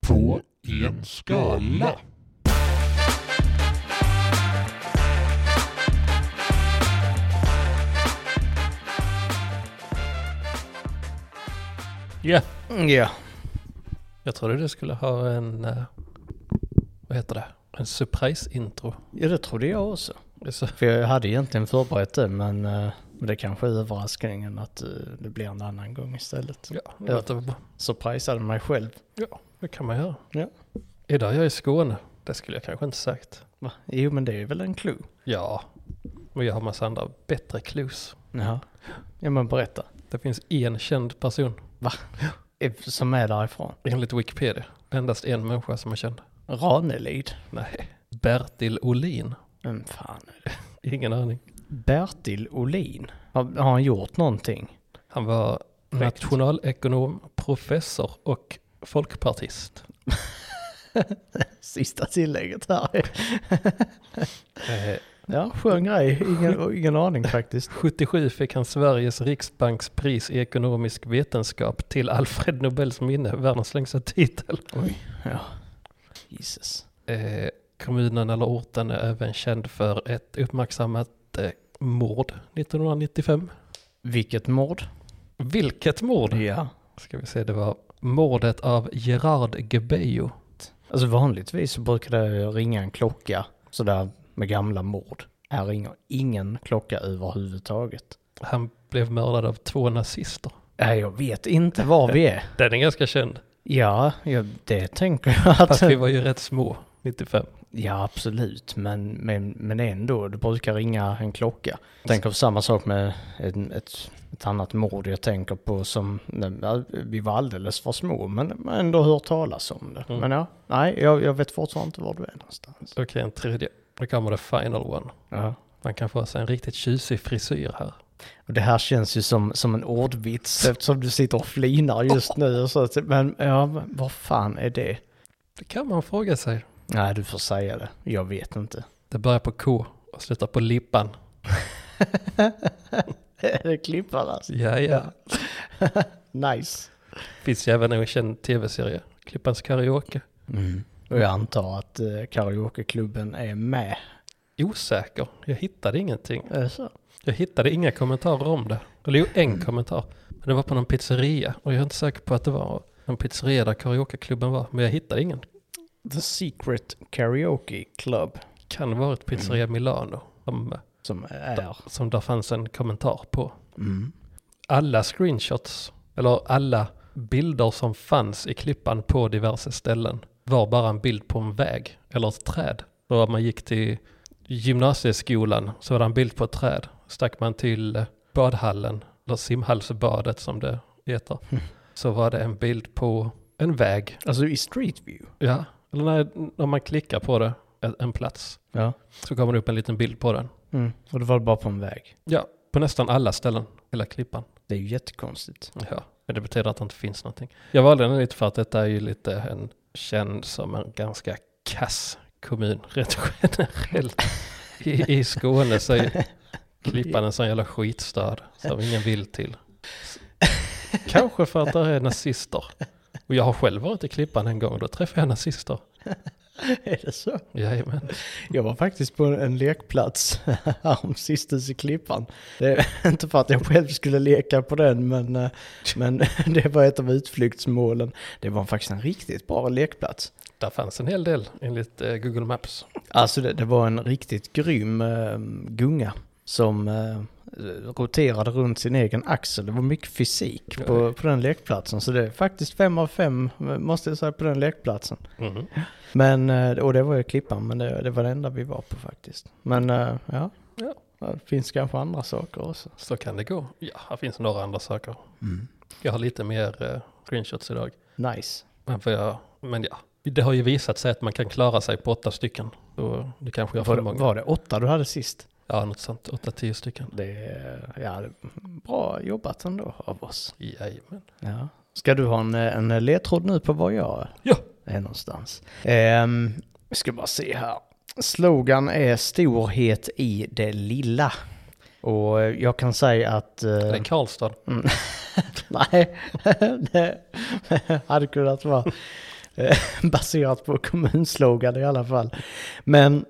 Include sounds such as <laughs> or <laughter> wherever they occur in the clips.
på en skala. Ja, Mm, Ja. jag trodde du skulle ha en, eh, vad heter det, en surprise-intro. ja, det trodde jag också. Alltså, Det är så- För jag hade egentligen förberett det, men eh, det kanske är överraskningen att eh, det blir en annan gång istället. Ja, det låter väl bra. Surprisade mig själv. Ja, det kan man göra. Ja. Idag är jag i Skåne. Det skulle jag kanske inte sagt. Va? Jo, men det är väl en clue. Ja, men jag har massa andra bättre clues. Ja. Ja, men berätta. Det finns en känd person, Eh, Som är därifrån. enligt Wikipedia. Endast en människa som är känd. Ranelid. Nej, Bertil Olin. Vem fan är det? Ingen aning. Bertil Olin. Har, har han gjort någonting? <laughs> Han var Korrekt. nationalekonom, professor och folkpartist. Sista tillägget här. Eh, Ja, skön grej. Ingen, ingen aning faktiskt. 77 fick han Sveriges riksbankspris i ekonomisk vetenskap till Alfred Nobels minne, världens längsta titel. Ja. Jesus. Eh, kommunen eller orten är även känd för ett uppmärksammat eh, mord 1995. Vilket mord. Vilket mord? Ja. Ska vi se, det var mordet av Gerard Gebejo. Alltså vanligtvis så brukar det ringa en klocka sådär med gamla mord. Här ringer ingen klocka överhuvudtaget. Han blev mördad av två nazister. Nej, jag vet inte var <laughs> vi är. Den är ganska känd, Ja, ja det tänker jag fast vi att... var ju rätt små, 95. Ja, absolut. Men, men, men ändå, det brukar ringa en klocka. Jag tänker på samma sak med ett, ett, ett annat mord jag tänker på som... nej, ja, Vi var alldeles för små, men men ändå hört talas om det. Mm. Men ja, nej, jag, jag vet fortfarande inte var du är någonstans. Okej, en tredje. Nu kommer the final one. Ja. Man kan få sig en riktigt tjusig frisyr här. Och det här känns ju som, som en ordvits eftersom du sitter och flinar just nu. Och så, att- men ja, men vad fan är det? Det kan man fråga sig. Nej, du får säga det. Jag vet inte. <laughs> Det börjar på K och slutar på Lippan. Är det klippan alltså? Ja, ja. Nice. Finns ju även en känd tv-serie, Klippans karaoke. Mm. Och jag antar att eh, karaokeklubben är med. Osäker, jag hittade ingenting. Är det så? Jag hittade inga kommentarer om det. Eller jo, en kommentar. Men det var på någon pizzeria och jag är inte säker på att det var en pizzeria där karaokeklubben var. Men jag hittade ingen. The Secret Karaoke Club. Kan varit pizzeria Milano som, Som är... som där fanns en kommentar på. Mm. alla screenshots, eller alla bilder som fanns i klippan på diverse ställen var bara en bild på en väg eller ett träd. Så om man gick till gymnasieskolan så var det en bild på ett träd. Stack man till badhallen, eller simhallsbadet som det heter, så var det en bild på en väg. Alltså i Street View. Ja, eller när, när man klickar på det, en- en plats, Ja. så kommer det upp en liten bild på den. Mm. Och det var bara på en väg. Ja, på nästan alla ställen, hela klippan. Det är ju jättekonstigt. <laughs> Ja, men det betyder att det inte finns någonting. Jag valde den lite för att detta är ju lite en känd som en ganska kass kommun <laughs> rent generellt. I, i Skåne så är Klippan en sån jävla skitstad som ingen vill till. Kanske för att där är nazister. Och jag har själv varit i Klippan en gång och då träffade jag nazister. är det så? Jajamän. Jag var faktiskt på en lekplats <laughs> sistens i Klippan. Det är <laughs> inte för att jag själv skulle leka på den, men, eh, men <laughs> det var ett av utflyktsmålen. Det var faktiskt en riktigt bra lekplats. Där fanns en hel del enligt eh, Google Maps. Alltså det, det var en riktigt grym eh, gunga som eh, roterade runt sin egen axel. Det var mycket fysik på, på den lekplatsen, så det är faktiskt fem av fem, eh, måste jag säga, på den lekplatsen. Mhm. Men, eh, och det var ju Klippan, men det, det var det enda vi var på faktiskt. Men eh, ja, Ja. Ja, det finns kanske andra saker också. Så kan det gå. Ja, här finns några andra saker. Jag har lite mer eh, screenshots idag. Nice. Men, för jag, men ja, det har ju visat sig att man kan klara sig på åtta stycken. Så det kanske gör Var för det, många. var det åtta du hade sist? Ja, något sånt. Åtta, tio stycken. Det, ja, det- bra jobbat ändå av oss. Jajamän. Ja. Ska du ha en, en ledtråd nu på var jag Ja, är någonstans? Ehm, vi ska bara se här. Slogan är storhet i det lilla. Och eh, jag kan säga att... eh, det är <laughs> Karlstad. Mm. Nej, det hade kunnat vara. Eh, Baserat på kommunslogan i alla fall. Men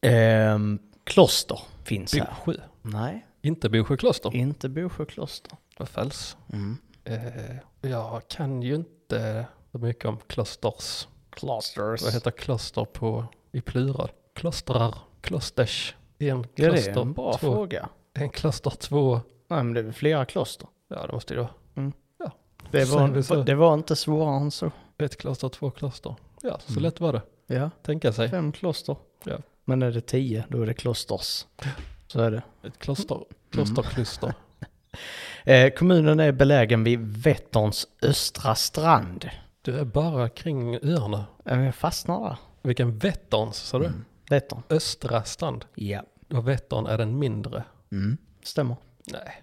ehm, kloster finns här. Bosjö. Nej, Inte Bosjö kloster. inte Bosjö kloster. Vad fälls? Mm. Eh, jag kan ju inte så mycket om klosters. Klosters. Vad heter kloster på, i plural? Klostrar, klosters. En Ja, kloster, det är en bra två, fråga. en kloster två. Nej, men det är väl flera kloster. Ja, det måste det vara. Det Så är det så. var, det var inte svårare än så. Ett kloster, två kloster. Ja, så Mm. lätt var det. Ja, Tänka sig. fem kloster. Ja. Men är det tio, då är det klosters. Så är det. Ett kloster, klosterkluster. Eh, kommunen är belägen vid Vätterns östra strand. Du är bara kring öarna. Eh, Jag fastnar där. Vilken Vätterns, sa Mm. du? Vättern. Östra strand. Ja. Och Vättern är den mindre. Mm. Stämmer. Nej.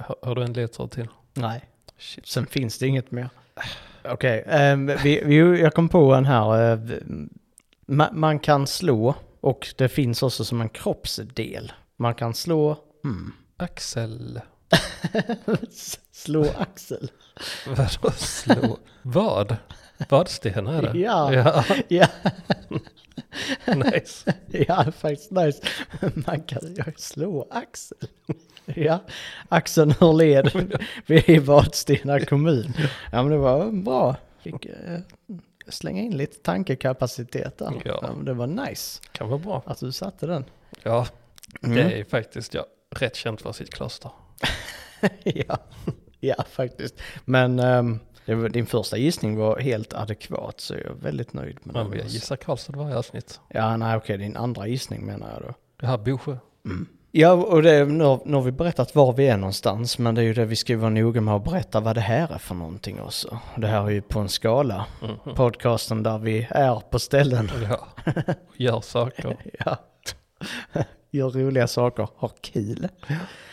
Har, har du en ledtråd till? Nej. Shit. Sen finns det inget <sighs> mer. Okej, ehm, vi, vi, jag kom på en här. eh, v- ma, man kan slå och det finns också som en kroppsdel. Man kan slå... Mm. Axel. <laughs> <laughs> slå axel. Vadå slå? Vad? Vadsten är det? Ja. ja. Ja, <laughs> Nice. ja, faktiskt nice. Man kan ju slå axel. Ja, axeln ur led vid Vadstena kommun. Ja, men det var bra. Fick eh, slänga in lite tankekapacitet där. Ja. Ja, men det var nice Kan vara bra. att du satte den. Ja, Mm. <laughs> det är faktiskt ja, rätt känt för sitt kloster. ja. ja, faktiskt. Men ehm, det var, din första gissning var helt adekvat så jag är väldigt nöjd med Man den. vill gissa Karlstad varje avsnitt. Ja, nej okej, din andra gissning menar jag då. Det här Bosjö. Ja, och det, nu, har, nu har vi berättat var vi är någonstans, men det är ju det vi ska vara noga med att berätta vad det här är för någonting också. Det här är ju på en skala, podcasten där vi är på ställen, <laughs> Ja. Gör saker. ja. <laughs> gör roliga saker, har kul.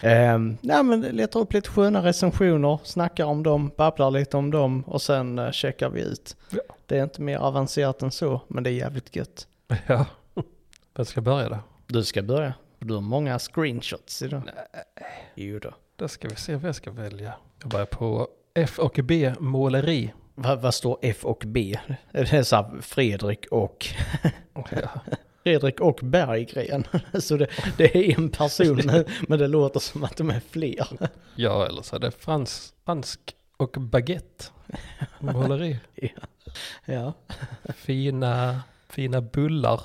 Ehm, nej, men letar upp lite sköna recensioner, snackar om dem, babblar lite om dem och sen eh, checkar vi ut. Ja. Det är inte mer avancerat än så, men det är jävligt gött. Ja. Vem ska börja då? Du ska börja. Du har många screenshots idag. Nej. Jo då. Då ska vi se vad jag ska välja. Jag börjar på F och B måleri. Vad, vad står F och B? <laughs> Är det så här Fredrik och... Ja. Fredrik och Berggren. <laughs> Så det, det är en person, men <laughs> det låter som att de är fler. ja, eller så är det frans, fransk och baguette. Måleri. <laughs> Ja. Fina, fina bullar.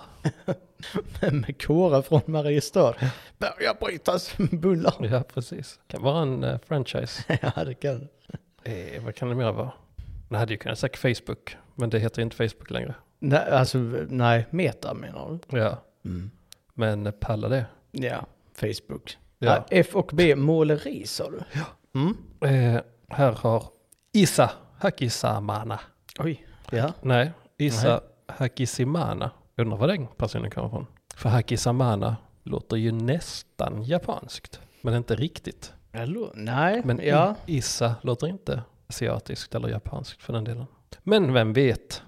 <laughs> Med Kåre från Mariestad. Berga-Brittas bullar. <laughs> Ja, precis. Kan vara en eh, franchise. Ja, det kan Eh, vad kan det mer vara? Det hade ju kunnat sagt Facebook, men det heter ju inte Facebook längre. Nej, alltså, nej, Meta menar du? Ja, Mm. men eh, pallar det? Ja, Facebook. Ja. F och B måleri sa du? Ja. Mm. Eh, här har Isa Hakisamana. Oj. Ja. Nej, Isa Hakisimana. Undrar var den personen kommer ifrån. För Hakisamana låter ju nästan japanskt, men inte riktigt. Eller, nej, Men ja. i- Issa låter inte asiatiskt eller japanskt för den delen. Men vem vet?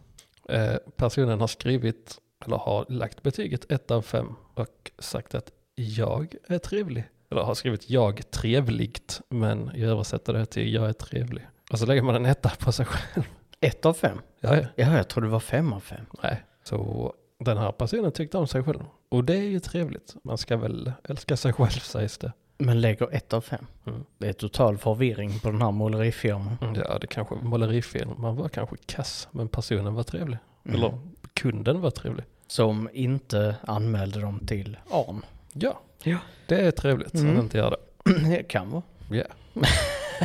Eh, personen har skrivit, eller har lagt betyget 1 av 5 och sagt att jag är trevlig. Eller har skrivit jag trevligt, men jag översätter det till jag är trevlig. Och så lägger man en etta på sig själv. Ett av fem. <laughs> Ja, ja. Ja, jag tror det var fem av fem. nej. Så den här personen tyckte om sig själv. Och det är ju trevligt. Man ska väl älska sig själv sägs det. Men lägger ett av fem. Mm. Det är total förvirring på den här målerifirman. Ja, det kanske var målerifel. Man var kanske kass, men personen var trevlig. Mm. Eller kunden var trevlig. Som inte anmälde dem till ARN. Ja, Ja. det är trevligt mm. Mm. att inte göra det. <clears throat> det kan vara. Ja.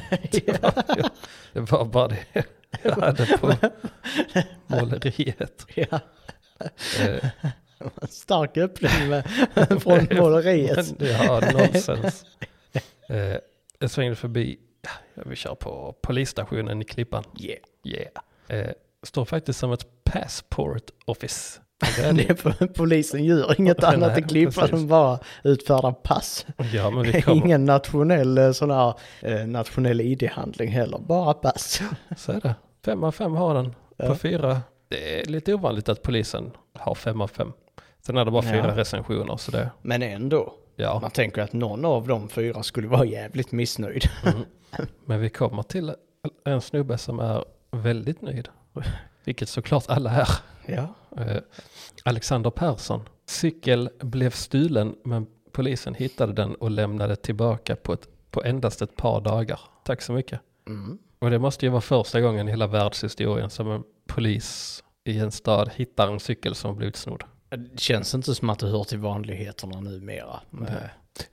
<laughs> det, var, det var bara det jag hade på måleriet. Ja, Eh, en stark öppning med, <laughs> från måleriet. Men, ja, nonsens. Eh, jag svängde förbi, ja, vi kör på polisstationen i Klippan. Yeah. Yeah. Eh, står faktiskt som ett passport office. Det är det. Det <laughs> är för, polisen gör inget Nej, annat i Klippan precis. än bara utfärda pass. Ja, men vi kommer. Ingen nationell eh, sån här eh, nationell id-handling heller, bara pass. Så är det. Fem av fem har den. På fyra. Det är lite ovanligt att polisen har fem av fem. Sen är det bara Ja. fyra recensioner så det, Men ändå, ja. man tänker att någon av de fyra skulle vara jävligt missnöjd. Mm. Men vi kommer till en snubbe som är väldigt nöjd. vilket såklart alla är. Ja. Eh, Alexander Persson. Cykel blev stulen men polisen hittade den och lämnade tillbaka på, ett, på endast ett par dagar. Tack så mycket. Mm. Och det måste ju vara första gången i hela världshistorien som en polis i en stad hittar en cykel som blivit snodd. Det känns inte som att det hör till vanligheterna numera. Nej.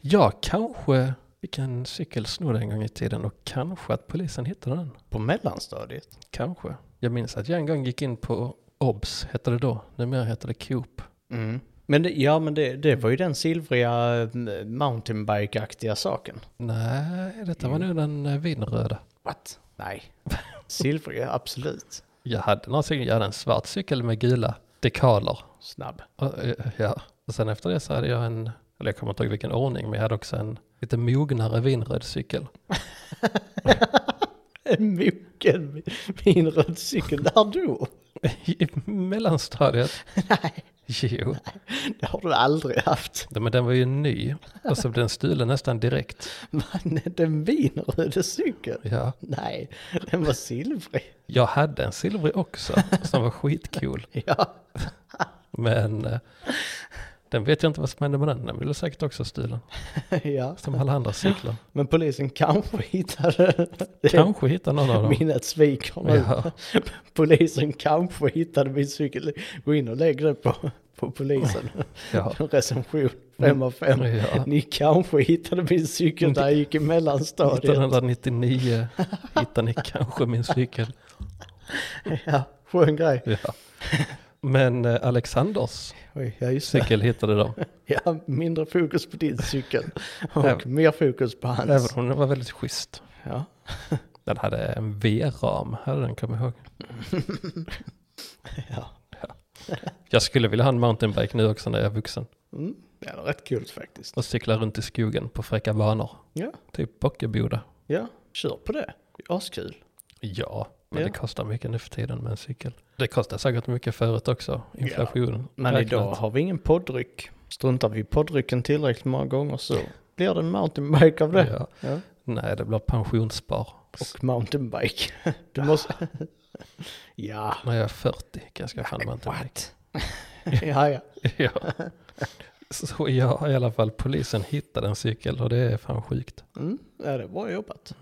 Jag kanske fick en cykel snodd en gång i tiden och kanske att polisen hittade den. På mellanstadiet? Kanske. Jag minns att jag en gång gick in på OBS, hette det då. Numera heter det Coop. Mm. Men det, ja, men det, det var ju den silvriga eh, mountainbike-aktiga saken. Nej, detta var Jo. nog den eh, vinröda. What? Nej. <laughs> silvriga, absolut. Jag hade någon cykel, jag hade en svart cykel med gula dekaler. <laughs> Snabb. Och, eh, Ja, och sen efter det så hade jag en, eller jag kommer inte ihåg vilken ordning, men jag hade också en lite mognare vinröd cykel. <laughs> En mogen vinröd cykel, där då? I mellanstadiet? <laughs> Nej. Jo, Det har du aldrig haft. men den var ju ny och så blev den stulen nästan direkt. Men den vinröda cykeln? Ja. Nej, den var silvrig. Jag hade en silvrig också som var skitcool, Ja. men eh, den vet jag inte vad som hände med den. Den blev säkert också stulen, ja. som alla andra cyklar. Men polisen kanske hittade... det. Kanske hittar någon av dem. Minnet sviker nu. Ja. Polisen kanske hittade min cykel. Gå in och lägg det på, på polisen. Ja. Recension 5 av 5. Ja. Ni kanske hittade min cykel där jag gick i mellanstadiet. 1999 hittar ni kanske min cykel. Ja, skön grej. Ja. Men eh, Alexanders Oj, ja, just det. cykel hittade de. Ja, mindre fokus på din cykel och Även- mer fokus på Även hans. om den var väldigt schysst. Ja. Den hade en V-ram, hade den kommit ihåg. Ja. Jag skulle vilja ha en mountainbike nu också när jag är vuxen. Mm. Det var rätt kul faktiskt. Och cykla runt i skogen på fräcka banor. Ja, Typ Bockeboda. ja, kör på det. Det är Askul. Ja, men Ja. det kostar mycket nu för tiden med en cykel. Det kostar säkert mycket förut också, inflationen. Men räknat. idag har vi ingen poddryck. Struntar vi i poddrycken tillräckligt många gånger så blir det en mountainbike av det. Ja. Ja. Nej, det blir pensionsspar. Och mountainbike. <laughs> <laughs> Du måste... ja. När jag är 40 kan jag skaffa en mountainbike. ja, ja. <laughs> Ja. Så ja, i alla fall polisen hittade en cykel och det är fan sjukt. Mm. ja, det är bra jobbat.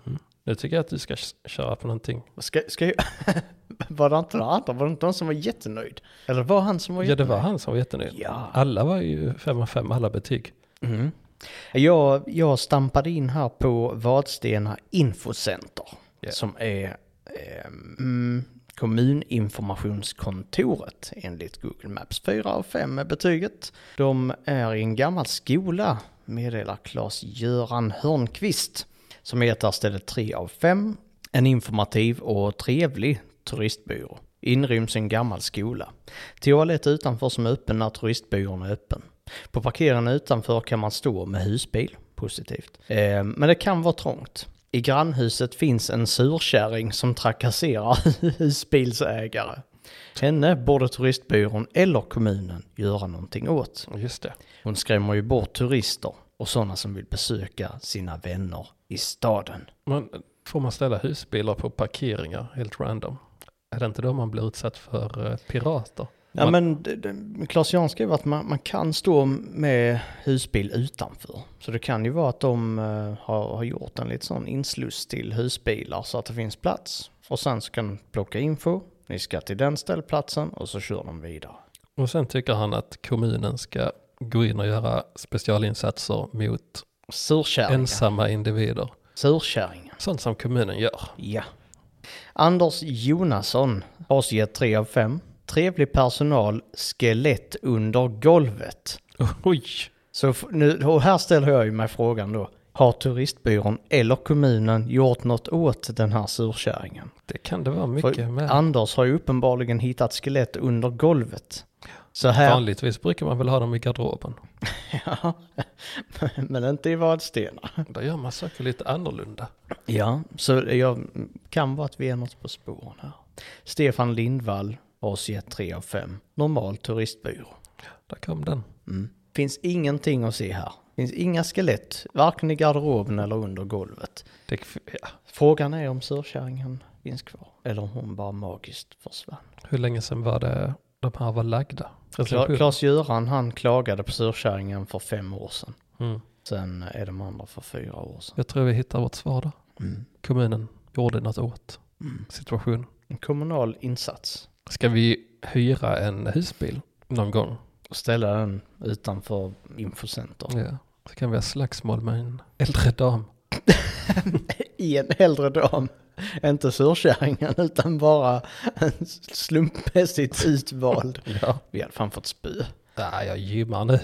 Nu tycker jag att du ska s- köra på någonting. Ska, ska jag... <laughs> var det inte någon annan? Var det inte någon som var jättenöjd? Eller var han som var Ja, det jättenöjd? var han som var jättenöjd. Ja. Alla var ju fem av fem, alla betyg. Mm. Jag, jag stampade in här på Vadstena Infocenter. Ja. Som är eh, mm, kommuninformationskontoret enligt Google Maps. Fyra av fem är betyget. De är i en gammal skola meddelar Claes-Göran Hörnqvist. Som är ett där ställe tre av fem. En informativ och trevlig turistbyrå. Inryms i en gammal skola. Toalett utanför som är öppen när turistbyrån är öppen. På parkeringen utanför kan man stå med husbil. Positivt. Eh, men det kan vara trångt. I grannhuset finns en surkärring som trakasserar <laughs> husbilsägare. Henne borde turistbyrån eller kommunen göra någonting åt. Just det. Hon skrämmer ju bort turister och sådana som vill besöka sina vänner i staden. Men får man ställa husbilar på parkeringar helt random? Är det inte då man blir utsatt för eh, pirater? Ja Man- men det- det- Claes Jan skrev att man, man kan stå med husbil utanför. Så det kan ju vara att de eh, har, har gjort en lite sån insluss till husbilar så att det finns plats. Och sen så kan de plocka info, ni ska till den ställplatsen och så kör de vidare. Och sen tycker han att kommunen ska gå in och göra specialinsatser mot Surkärringar. ensamma individer. Surkärringar. Sånt som kommunen gör. Ja. Anders Jonasson har också gett 3 av 5. Trevlig personal, skelett under golvet. Oj! Så f- nu, och här ställer jag ju mig frågan då. Har turistbyrån eller kommunen gjort något åt den här surkärringen? Det kan det vara mycket För med. Anders har ju uppenbarligen hittat skelett under golvet. Så här, Vanligtvis brukar man väl ha dem i garderoben. <laughs> ja, men inte i Vadstena. Där gör man saker lite annorlunda. Ja, så jag kan vara att vi är något på spåren här. Stefan Lindvall har oss gett 3 av 5. Normal turistbyrå. Mm. Där kom den. Finns ingenting att se här. Finns inga skelett, varken i garderoben eller under golvet. Det, ja. Frågan är om surkärringen finns kvar. Eller om hon bara magiskt försvann. Hur länge sedan var det de här var lagda? Alltså, Kla- Klas-Göran han klagade på surkärringen för fem år sedan. Mm. Sen är de andra för fyra år sedan. Jag tror vi hittar vårt svar där. Mm. Kommunen gjorde något åt Mm. situationen. En kommunal insats. Ska vi hyra en husbil någon gång? Och ställa den utanför infocenter. Ja. Så kan vi ha slagsmål med en äldre dam. I en äldre dam. Inte surkärringen utan bara en slumpmässigt utvald. Ja. Vi hade fan fått spö. Nej, jag gymmar nu.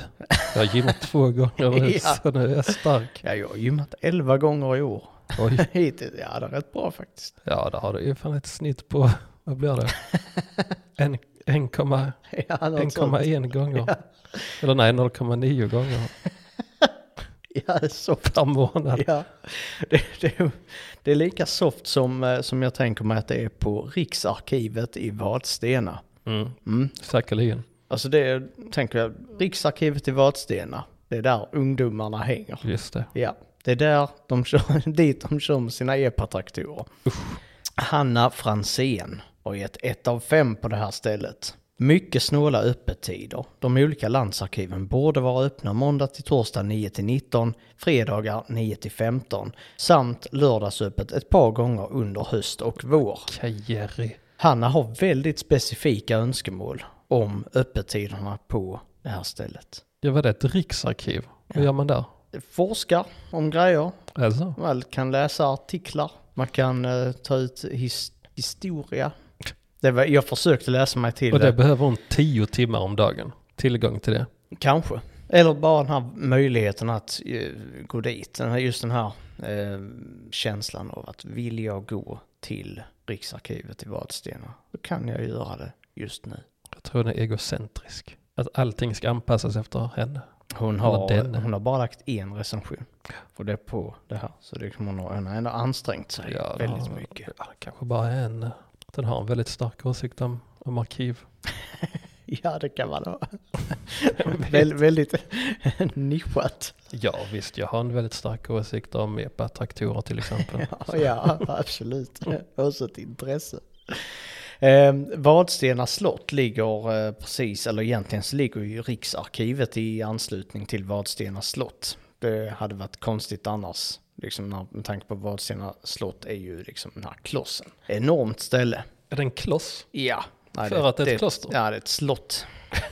Jag har gymmat två gånger nu, <laughs> Ja. så nu är jag stark. Ja, jag har gymmat elva gånger i år. Oj. Hittills. Ja, det är rätt bra faktiskt. Ja, där har du ju fan ett snitt på, vad blir <laughs> det? En- 1,1 Ja, något sånt. 1,1 gånger. Eller nej, 0,9 gånger Ja, så per månad. Ja, det, det, det är lika soft som, eh, som jag tänker mig att det är på Riksarkivet i Vadstena. Mm. Mm. Säkerligen. Alltså det tänker jag, Riksarkivet i Vadstena, det är där ungdomarna hänger. Just det. Ja, det är där de kör, <laughs> dit de kör med sina epatraktorer. Hanna Fransén har gett ett av fem på det här stället. Mycket snåla öppettider. De olika landsarkiven borde vara öppna måndag till torsdag 9 till 19, fredagar 9 till 15 samt lördagsöppet ett par gånger under höst och vår. Kajeri. Hanna har väldigt specifika önskemål om öppettiderna på det här stället. Ja, var det ett riksarkiv? Vad gör man där? Forskar om grejer, Alltså? Man kan läsa artiklar, man kan eh, ta ut his- historia. Det var, jag försökte läsa mig till Och det, det behöver hon 10 timmar om dagen. Tillgång till det. kanske. Eller bara den här möjligheten att eh, gå dit. Den här, just den här eh, känslan av att vill jag gå till Riksarkivet i Vadstena, då kan jag göra det just nu. Jag tror hon är egocentrisk. Att allting ska anpassas efter henne. Hon Eller har, den. hon har bara lagt en recension. Och det är på det här. Så det, hon har hon har ändå ansträngt sig Ja, det väldigt har- mycket. <laughs> Ja, kanske bara en. Den har en väldigt stark åsikt om, om arkiv. <laughs> Ja, det kan man ha. <laughs> Väl, väldigt <laughs> nischat. Ja, visst. Jag har en väldigt stark åsikt om epa-traktorer till exempel. <laughs> Ja, ja, absolut. Också ett intresse. Eh, Vadstena slott ligger eh, precis, eller egentligen så ligger ju Riksarkivet i anslutning till Vadstena slott. Det hade varit konstigt annars, liksom när, med tanke på Vadstena slott är ju liksom den här klossen. Enormt ställe. Är det en kloss? Ja. Nej, För att det är ett kloster? Ja, det är ett slott.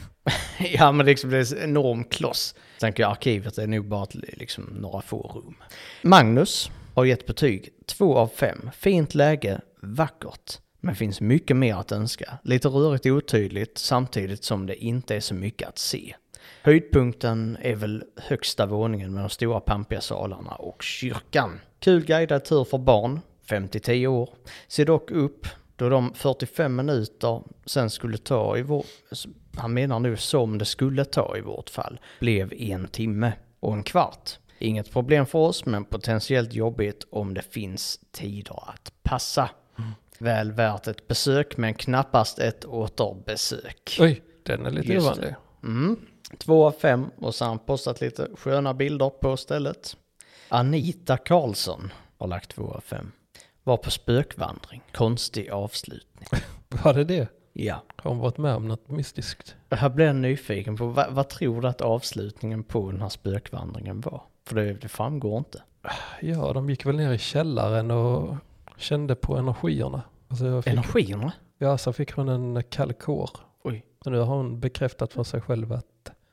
<laughs> ja, men liksom det är en enorm kloss. Tänker jag, arkivet är nog bara ett, liksom, några få rum. Magnus har gett betyg 2 av 5. Fint läge, vackert. Men finns mycket mer att önska. Lite rörigt och otydligt samtidigt som det inte är så mycket att se. Höjdpunkten är väl högsta våningen med de stora pampiga salarna och kyrkan. Kul guidad tur för barn, 5-10 år. Se dock upp då de 45 minuter sen skulle ta i vår... Han menar nu som det skulle ta i vårt fall, blev en timme och en kvart. Inget problem för oss, men potentiellt jobbigt om det finns tider att passa. Väl värt ett besök, men knappast ett återbesök. Oj, den är lite Just det. ovanlig. Mm. Två av fem och så har han postat lite sköna bilder på stället. Anita Karlsson har lagt två av fem. Var på spökvandring. Konstig avslutning. Var det det? Ja. Har hon varit med om något mystiskt? Här blir jag nyfiken på vad, vad tror du att avslutningen på den här spökvandringen var? För det, det framgår inte. Ja, de gick väl ner i källaren och kände på energierna. Och så fick, Energierna? ja, så fick hon en kall kår. Oj. Och nu har hon bekräftat för sig själv att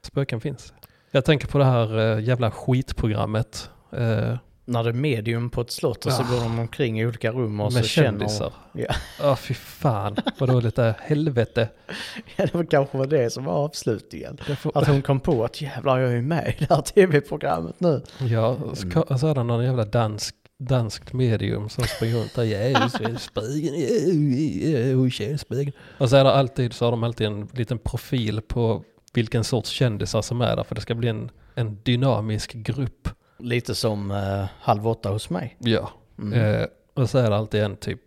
spöken finns. Jag tänker på det här eh, jävla skitprogrammet eh, När det är medium på ett slott och så Ah. går de omkring i olika rum och med så känner kändisar. Ja. Ja, fy fan vad dåligt det är. Helvete. <laughs> Ja, det var kanske var det som var avslutningen. Det får, Att hon kom på att jävlar jag är med i det här <laughs> tv-programmet nu. ja, ska, så är det någon jävla dansk, danskt medium som springer runt där. Ja, hon ser spöken. Ja, ja, hon ser spöken. Och så är det alltid, så har de alltid en liten profil på vilken sorts kändisar som är där. För det ska bli en, en dynamisk grupp. Lite som eh, Halv åtta hos mig. Ja. Mm. <laughs> Eh, och så är det alltid en typ,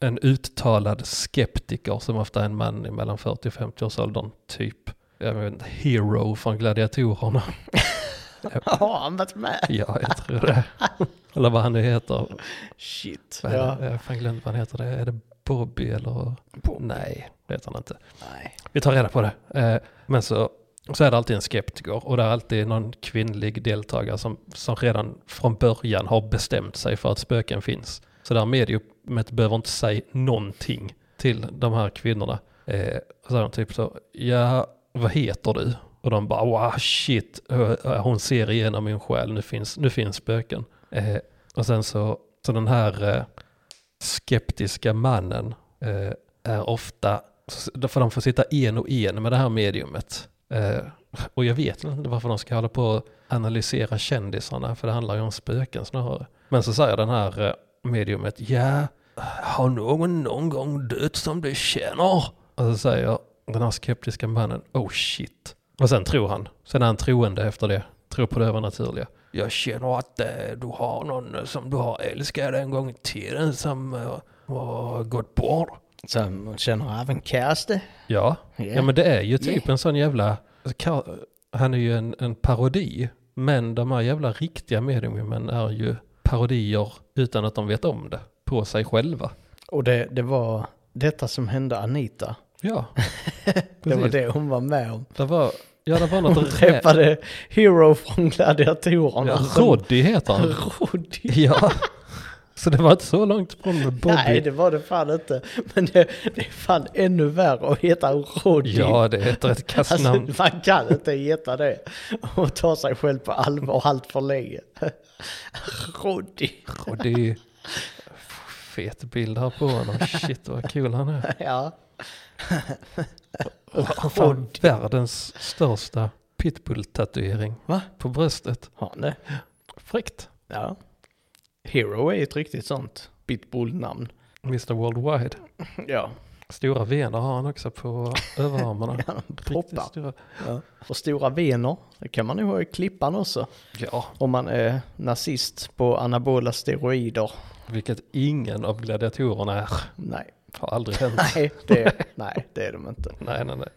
en uttalad skeptiker som ofta är en man i mellan 40 och 50 års åldern, typ, jag vet inte, <laughs> hero från gladiatorerna. Har han varit med? ja, jag tror det. Eller vad han nu heter. Shit. Vad är det? Jag har fan glömt vad han heter. Det. Är det Bobby eller? Bobby. Nej, det heter han inte. Nej. Vi tar reda på det. Eh, Men så, så är det alltid en skeptiker och det är alltid någon kvinnlig deltagare som, som redan från början har bestämt sig för att spöken finns. Så det här mediumet behöver inte säga någonting till de här kvinnorna. Eh, Så är de typ så, ja, vad heter du? Och de bara, wow, shit, eh, hon ser igenom min själ, nu finns, nu finns spöken. Eh, Och sen så, så den här eh, skeptiska mannen eh, är ofta, för de får sitta en och en med det här mediumet. Eh, och jag vet inte varför de ska hålla på och analysera kändisarna, för det handlar ju om spöken snarare. Men så säger den här eh, mediumet, ja, har någon någon gång dött som du känner? Och så säger den här skeptiska mannen, oh shit. Och sen tror han, sen är han troende efter det, tror på det övernaturliga. Jag känner att eh, du har någon som du har älskat en gång i tiden som eh, har gått bort. Sen känner även Kerste. Ja, Yeah. ja men det är ju typ en sån jävla... alltså, Ka- Han är ju en, en parodi. Men de här jävla riktiga mediumen är ju parodier utan att de vet om det. På sig själva. Och det, det var detta som hände Anita. Ja, Det var Precis. det hon var med om. det var... Ja, det <laughs> var Hon något... rä- träffade Hero från Gladiatorerna. Ja, <laughs> Roddy heter han. Roddy. Ja. Så det var inte så långt från Bobby. Nej, det var det fan inte. Men det, det är fan ännu värre att heta Roddy. Ja, det är ett rätt <laughs> Alltså, kastnamn. man kan inte heta det och ta sig själv på allvar allt för länge. <laughs> Roddy. Och det är ju fet bild här på honom. Shit vad kul han är. <laughs> Ja. Och han får världens största pitbull-tatuering Va? på bröstet. Har han det? Fräckt. Ja. Hero är ett riktigt sånt pitbull-namn. Mr Worldwide. <laughs> Ja. Stora vener har han också på överarmarna. <laughs> Han Riktigt poppar. stora. Ja. Och stora vener. Det kan man nog ha i klippan också. Ja, Om man är nazist på anabola steroider. vilket ingen av gladiatorerna är. Nej. Har aldrig hänt. <laughs> Nej, det, nej, det är de inte. nej, nej, nej.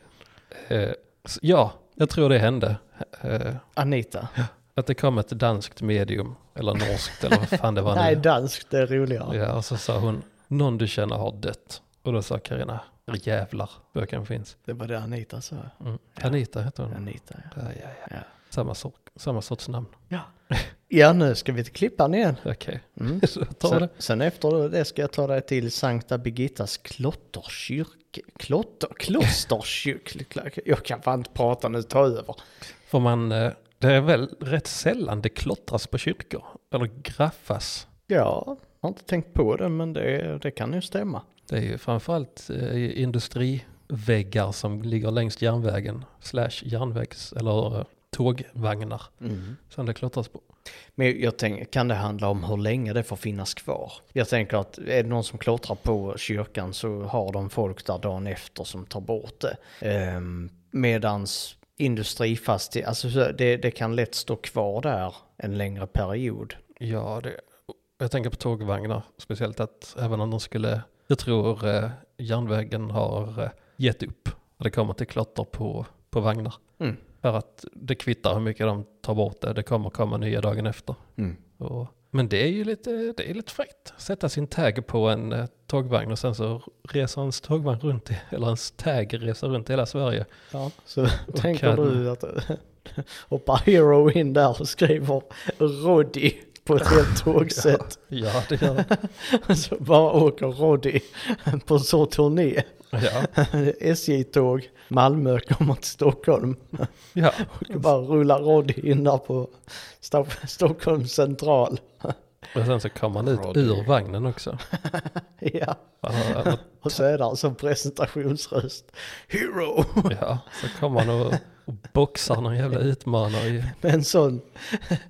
Eh, s- ja, jag tror det hände. Eh, Anita. att det kom ett danskt medium, eller norskt, eller vad fan det <laughs> var Nej, nu. dansk, det är roligare. Ja, och så sa hon, någon du känner har dött. Och då sa Karina, jävlar, böken finns. Det var det Anita sa. Mm. Anita heter hon. Anita, ja. Ja, ja, ja. Ja. Samma, sort, samma sorts namn. Ja. <laughs> ja, nu ska vi till klippan igen. Okej, <laughs> Mm. så ta Sen, det. sen efter det ska jag ta dig till Sankta Birgittas klotterkyrka. Klotter, klosterkyrka. Jag kan fan inte prata nu, ta över. Får man, eh, det är väl rätt sällan det klottras på kyrkor. Eller graffas. Ja, jag har inte tänkt på det, men det, det kan ju stämma. Det är ju framförallt eh, industriväggar som ligger längs järnvägen. Slash järnvägs eller eh, tågvagnar som det klottras på. Men jag tänker, kan det handla om hur länge det får finnas kvar? Jag tänker att är det någon som klottrar på kyrkan så har de folk där dagen efter som tar bort det. Um, medans industrifastighet, alltså så det, det kan lätt stå kvar där en längre period. Ja, det, jag tänker på tågvagnar. Speciellt att även om de skulle, jag tror eh, järnvägen har eh, gett upp när det kommer till klotter på, på vagnar. Mm. För att det kvittar hur mycket de tar bort det, det kommer komma nya dagen efter. Och, men det är ju lite, det är lite fräckt. Sätta sin tagg på en eh, tågvagn och sen så reser ens tågvagn runt, i, eller ens tagg reser runt i hela Sverige. Ja, så <laughs> tänker kan- du att hoppar Hero in där och skriver Roddy på ett helt tågsätt. Ja, det gör det. <laughs> Så bara åker Roddy <laughs> på en sån turné. <laughs> <laughs> Ja, SJ-tåg, Malmö kommer till Stockholm. ja. Och bara rullar Roddy in där på Sta- <laughs> Stockholms central. <laughs> Och sen så kommer man ut ur vagnen också. Ja, Ja, och så är där som presentationsröst. Hero! <laughs> Ja, <laughs> så kommer han och, och boxar någon jävla utmanare i Med en sån,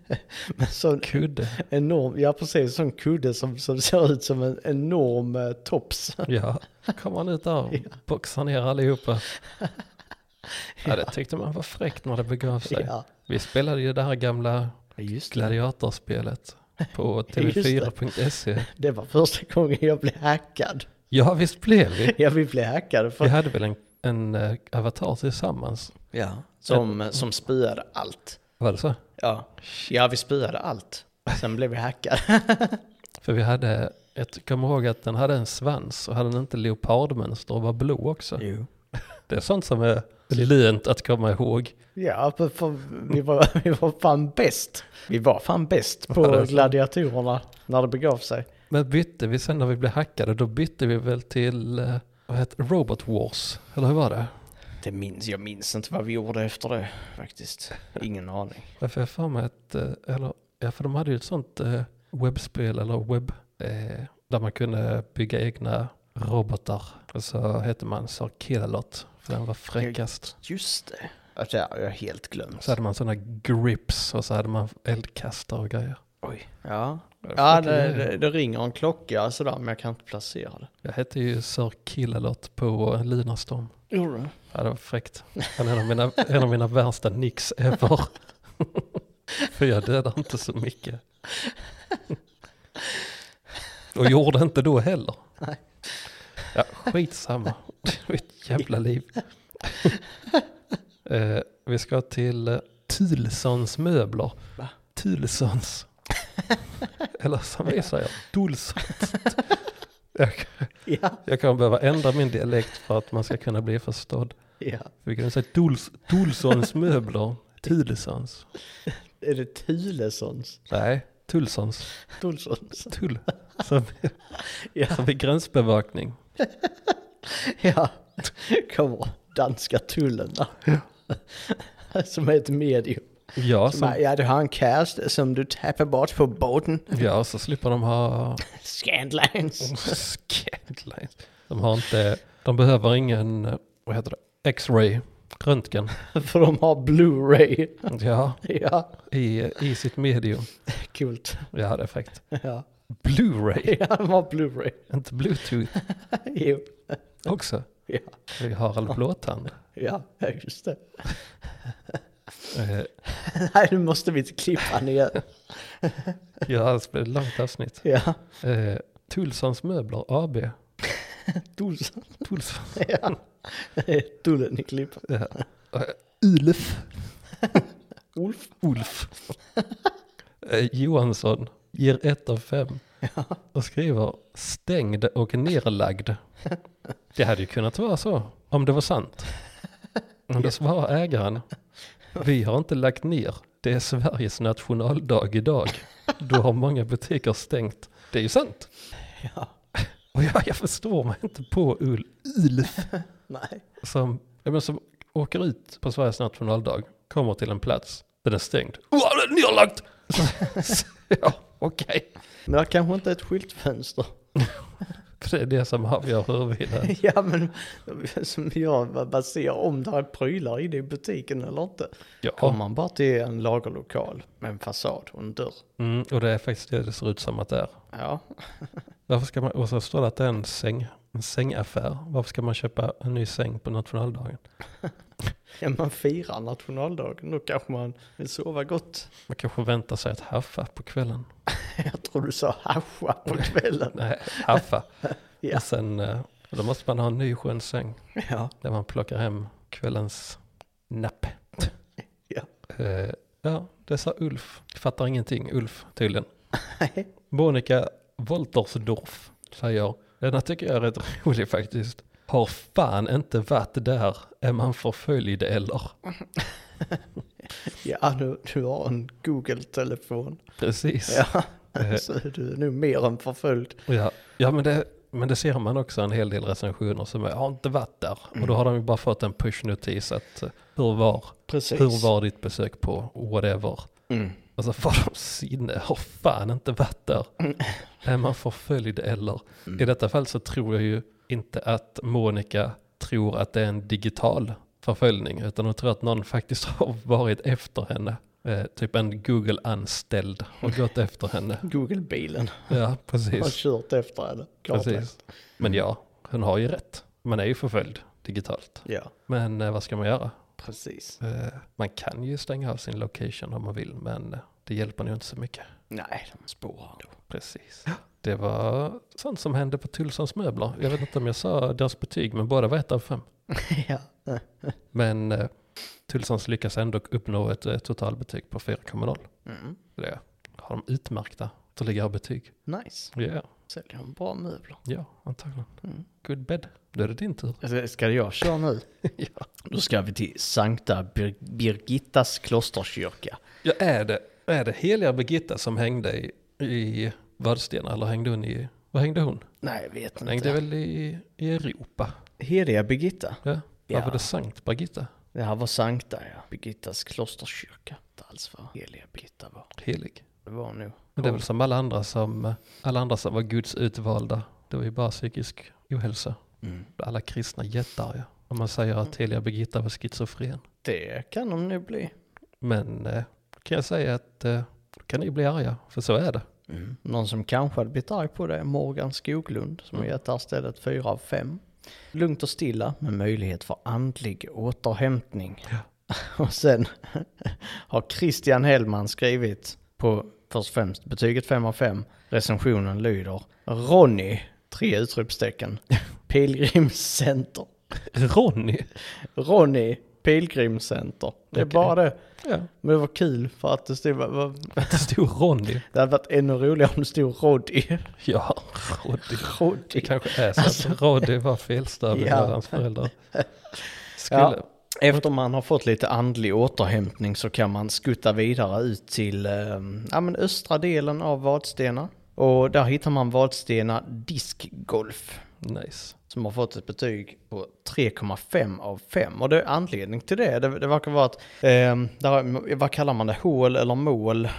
<laughs> med en sån kudde. enorm, ja precis, sån kudde som, som ser ut som en enorm eh, tops. Ja, så kommer han ut där och boxar ner allihopa. Ja, det tyckte man var fräckt när det begav sig. Ja, Vi spelade ju det här gamla just det. gladiatorspelet på <laughs> Just det. tv4.se. Det var första gången jag blev hackad. Ja, visst blev vi. Ja, vi blev hackade Vi för, hade väl en, en eh, avatar tillsammans? ja. som, som spöade allt. Var det så? Ja. ja, vi spöade allt. Sen blev vi hackade. <laughs> För vi hade, jag kommer ihåg att den hade en svans och hade den inte leopardmönster och var blå också. Jo. <laughs> Det är sånt som är lönt att komma ihåg. Ja, för, för, vi, var, <laughs> vi var fan bäst. Vi var fan bäst Var på det så? gladiatorerna när det begav sig. Men bytte vi sen när vi blev hackade, då bytte vi väl till, eh, vad heter Robot Wars? Eller hur var det? Det minns, jag minns inte vad vi gjorde efter det faktiskt. Ingen aning. Varför jag för mig att, eh, eller, ja för de hade ju ett sånt eh, webbspel eller webb, eh, där man kunde bygga egna robotar. Och så hette man Sir Killalot, för den var fräckast. Just det. Ja, Det har jag helt glömt. Så hade man sådana grips och så hade man eldkastare och grejer. Oj. Ja, ja det, det, det ringer en klocka sådär men jag kan inte placera det. Jag hette ju Sir Killalot på Lunarstorm. Gjorde du? Ja, det var fräckt. Han är en av mina, en av mina värsta nicks ever. <laughs> För jag dödar inte så mycket. Och gjorde inte då heller. Nej. Ja, skitsamma. Mitt jävla <laughs> liv. eh, vi ska till eh, Tulsons möbler. Va? <laughs> Tulsons. Eller som vi säger, Tulsons. Jag, Ja, jag kan behöva ändra min dialekt för att man ska kunna bli förstådd. ja. Vi kan säga Dols, Dolsons <laughs> möbler. Tulsons. Är det Tulesons? Nej, Tulsons. Tulsons? Tull. Som, <laughs> Ja, som vid gränsbevakning. <laughs> ja. Kommer danska tullen där. <laughs> Som är ett medium. Ja, Som, som, ja, du har en cast som du tappar bort på båten. ja, så slipper de ha <laughs> Scandlines. <laughs> Scandlines. De har inte, de behöver ingen, eh, vad heter det, X-ray, <laughs> röntgen. För de har Blu-ray. <laughs> Ja, Ja, i, i sitt medium. kul. Ja, det är fräckt. Ja. Blu-ray, ja, de har Blu-ray. <laughs> inte bluetooth Jo, också. ja. Vi har all blåtand. Ja, ja, just det. <laughs> Eh, Nej, nu måste vi inte klippa ner. Ja, alltså, det blir ett långt avsnitt. Ja, Eh, Tulsons möbler AB. Tulsen. Tulsons. Ja. <laughs> Tullen i klippan. Ja. Ulf. Ulf. Ulf. Eh, Johansson ger ett av fem och skriver stängd och nerlagd. Det hade ju kunnat vara så, om det var sant. Men då svarar ägaren, vi har inte lagt ner, det är Sveriges nationaldag idag. Då har många butiker stängt. Det är ju sant. Ja. Och jag, jag förstår mig inte på Ul- Ulf. Nej. som, ja, men som åker ut på Sveriges nationaldag, kommer till en plats, den är stängd. Åh, den är nerlagt! <laughs> Så, ja, okej. Men det kanske inte är ett skyltfönster. För Det är det som avgör huruvida... <laughs> Ja, men som jag vad- vad ser om det är prylar inne i butiken eller inte. Kommer Ja, man bara till en lagerlokal med en fasad och en dörr. mm, och det är faktiskt det det ser ut som att det är. Ja, <laughs> Varför ska man, och så står det att det är en, säng, en sängaffär. Varför ska man köpa en ny säng på nationaldagen? ja man firar nationaldagen. Då kanske man vill sova gott. <laughs> Man kanske väntar sig att haffa på kvällen. Jag tror du sa hascha <laughs> på kvällen. Nej, haffa. <laughs> Ja. Och sen, eh, då måste man ha en ny skön säng. Ja, Där man plockar hem kvällens napp. <laughs> Ja. Eh, ja, det sa Ulf. Fattar ingenting, Ulf tydligen. nej. Monica Woltersdorf säger, denna tycker jag är rätt rolig faktiskt. Har fan inte varit där, är man förföljd eller? Ja, du, du har en Google-telefon. Precis. Ja, <laughs> Eh. så du är nog mer än förföljd. Ja, ja men, det, men det ser man också en hel del recensioner som är, har inte varit där. Och Mm. då har de ju bara fått en pushnotis att eh, hur var, Precis. hur var ditt besök på whatever? Mm. Alltså var de sinne har fan inte varit där. Är man förföljd eller? I detta fall så tror jag ju inte att Monica tror att det är en digital förföljning. Utan hon tror att någon faktiskt har varit efter henne. Eh, typ en Google-anställd har gått efter henne. Google-bilen <laughs> Ja, har precis. kört efter henne. precis. Men ja, hon har ju rätt. Man är ju förföljd digitalt. Ja, Men eh, vad ska man göra? precis. Eh, man kan ju stänga av sin location om man vill, men eh, det hjälper nog inte så mycket. Nej, de spårar då. Precis. Det var sånt som hände på Tulsons möbler. Jag vet inte om jag sa deras betyg, men båda var ett av fem. <laughs> ja. Men eh, Tulsons lyckas ändå uppnå ett eh, totalbetyg på 4,0. Mm. Det har de utmärkta ytterligare betyg. Nice. Ja, Säljer de bra möbler? ja, antagligen. Mm. Good bed. Då är det din tur. Alltså, Ska jag köra <laughs> nu? ja. Då ska vi till Sankta Bir- Birgittas klosterkyrka. ja, är det, är det heliga Birgitta som hängde i, i Vadstena eller hängde hon i, vad hängde hon? Nej, jag vet Hon inte. hängde väl i, i Europa? Heliga Birgitta? Ja. Ja. Varför det Sankt Birgitta? Det här var Sankta, ja. Birgittas klosterkyrka. Inte alls vad heliga Birgitta var. Helig. Det var nog. Men det är väl som alla andra som, eh, alla andra som var Guds utvalda. Det var ju bara psykisk ohälsa. Mm. Alla kristna jättearga. Om man säger att heliga Birgitta var schizofren. Det kan de nog bli. Men eh, kan jag säga att eh, då kan ni bli arga, för så är det. <laughs> Mm. Någon som kanske hade blivit arg på det är Morgan Skoglund som Mm. har gett det här stället 4 av 5. Lugnt och stilla med möjlighet för andlig återhämtning. <laughs> Och sen <laughs> har Christian Hellman skrivit på först och främst betyget 5 av 5. Recensionen lyder Ronny, <laughs> tre utropstecken, pilgrimscenter. Ronny! Ronny, pilgrimscenter. Det är Okej. bara det. Ja, Men det var kul för att det stod, vad- vad- <laughs> det stod Ronny. det hade varit ännu roligare om det stod Roddy. Ja, <laughs> Roddy. Alltså. Det Roddy. kanske är så att Roddy var felstavning Ja. av hans <laughs> föräldrar. Skulle, Ja, efter man har fått lite andlig återhämtning så kan man skutta vidare ut till eh, ja, men östra delen av Vadstena. Och där hittar man Vadstena Diskgolf nice. som har fått ett betyg på 3,5 av 5. Och det är anledning till det. Det, det verkar vara att, eh, där, vad kallar man det, hål eller mål?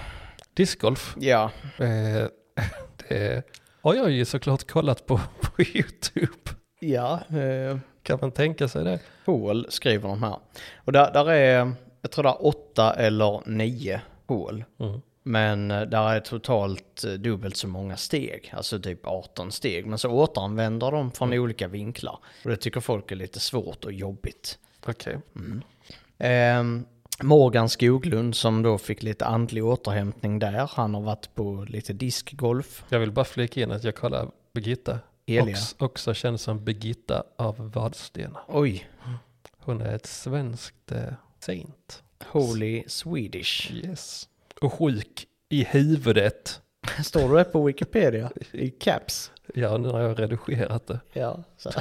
Discgolf, Ja, eh, <laughs> det har jag ju såklart kollat på på <laughs> YouTube. ja eh, Kan man tänka sig det? hål skriver de här. Och där, där är, jag tror det är åtta eller nio hål. Mm. Men eh, där är totalt eh, dubbelt så många steg, alltså typ 18 steg. Men så återanvänder de från olika vinklar. Och det tycker folk är lite svårt och jobbigt. Okej. Ehm, Morgan Skoglund som då fick lite andlig återhämtning där. Han har varit på lite diskgolf. Jag vill bara flika in att jag kollar Birgitta. Heliga. Ox, också känns som Birgitta av Vadstena. Oj, Hon är ett svenskt eh, saint. Holy Swedish. Yes. Och sjuk i huvudet. Står det på Wikipedia? I caps? Ja, nu har jag redigerat det. Ja, så, <laughs>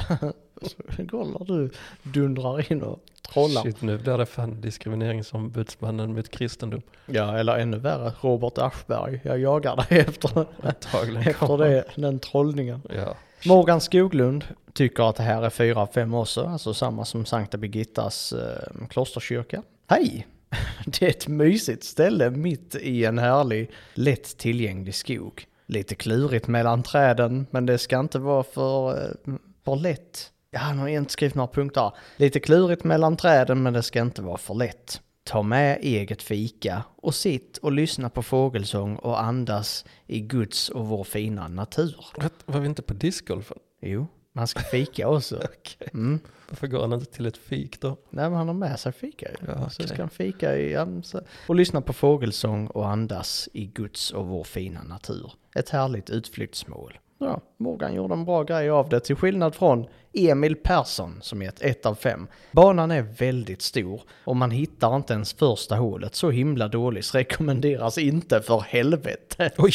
så kollar du, dundrar in och trollar. Shit, nu blir det fan diskrimineringsombudsmannen mot kristendom. Ja, eller ännu värre, Robert Aschberg. Jag jagar dig <laughs> efter, Antagligen <laughs> efter kommer- det, den trollningen. Ja. Morgan Skoglund tycker att det här är 4 av 5 också, alltså samma som Sankta Birgittas eh, klosterkyrka. Hej! <laughs> Det är ett mysigt ställe mitt i en härlig, lätt tillgänglig skog. Lite klurigt mellan träden, men det ska inte vara för, eh, för lätt. Ja, han har inte skrivit några punkter. här. Lite klurigt mellan träden, men det ska inte vara för lätt. Ta med eget fika och sitt och lyssna på fågelsång och andas i Guds och vår fina natur. Rätt, Var vi inte på discgolfen? Jo, man ska <laughs> fika också. mm. Varför går han inte till ett fik då? Nej, men han har med sig fika ju. Ja, Så okej. ska han fika i, ja, så- och lyssna på fågelsång och andas i Guds och vår fina natur. Ett härligt utflyktsmål. Ja, Morgan gjorde en bra grej av det, till skillnad från Emil Persson som gett ett av fem. Banan är väldigt stor och man hittar inte ens första hålet. Så himla dåligt så rekommenderas inte för helvete. <laughs> Oj!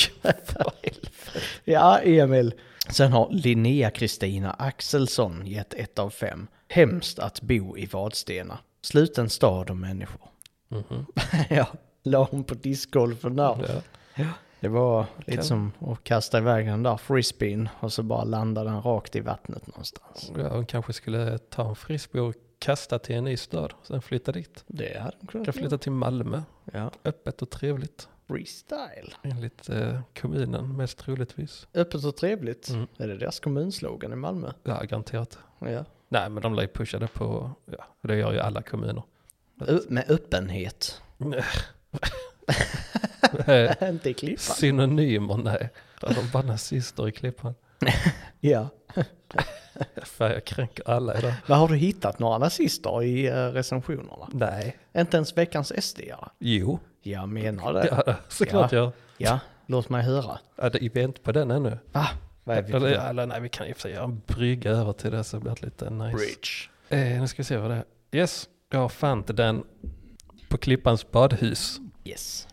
Ja, Emil. Sen har Linnea Kristina Axelsson gett ett av fem. Hemskt att bo i Vadstena. Sluten stad och människor. <laughs> ja, la hon på discgolfen där. Mhm. Ja. Det var lite Kan- som att kasta iväg den där frisbeen och så bara landade den rakt i vattnet någonstans. ja, hon kanske skulle ta en frisbee och kasta till en ny stad. Sen flytta dit. Det hade de Kan kunnat göra. flytta till Malmö. Ja, Öppet och trevligt. freestyle. Enligt eh, kommunen mest troligtvis. Öppet och trevligt. Mm. Är det deras kommunslogan i Malmö? Ja, garanterat. Ja. Nej, men de lär ju pusha det på, ja, det gör ju alla kommuner. Ö- med öppenhet. <laughs> Eh, Inte i klippan. Synonymer, nej. Ja, De bara nazister i klippan. Ja. Fan, jag kränker alla idag. Men har du hittat några nazister i eh, recensionerna? Nej. Inte ens veckans sd -are. Jo, Jag menar det. Ja. ja, såklart jag. låt mig höra. Ja, det- vi är inte på den ännu. Va? Vad är vi Eller, på? eller nej, vi kan ju för sig göra en brygga över till det så blir det lite nice. Bridge. Eh, nu ska vi se vad det är. Yes, jag fann den på Klippans badhus. Yes.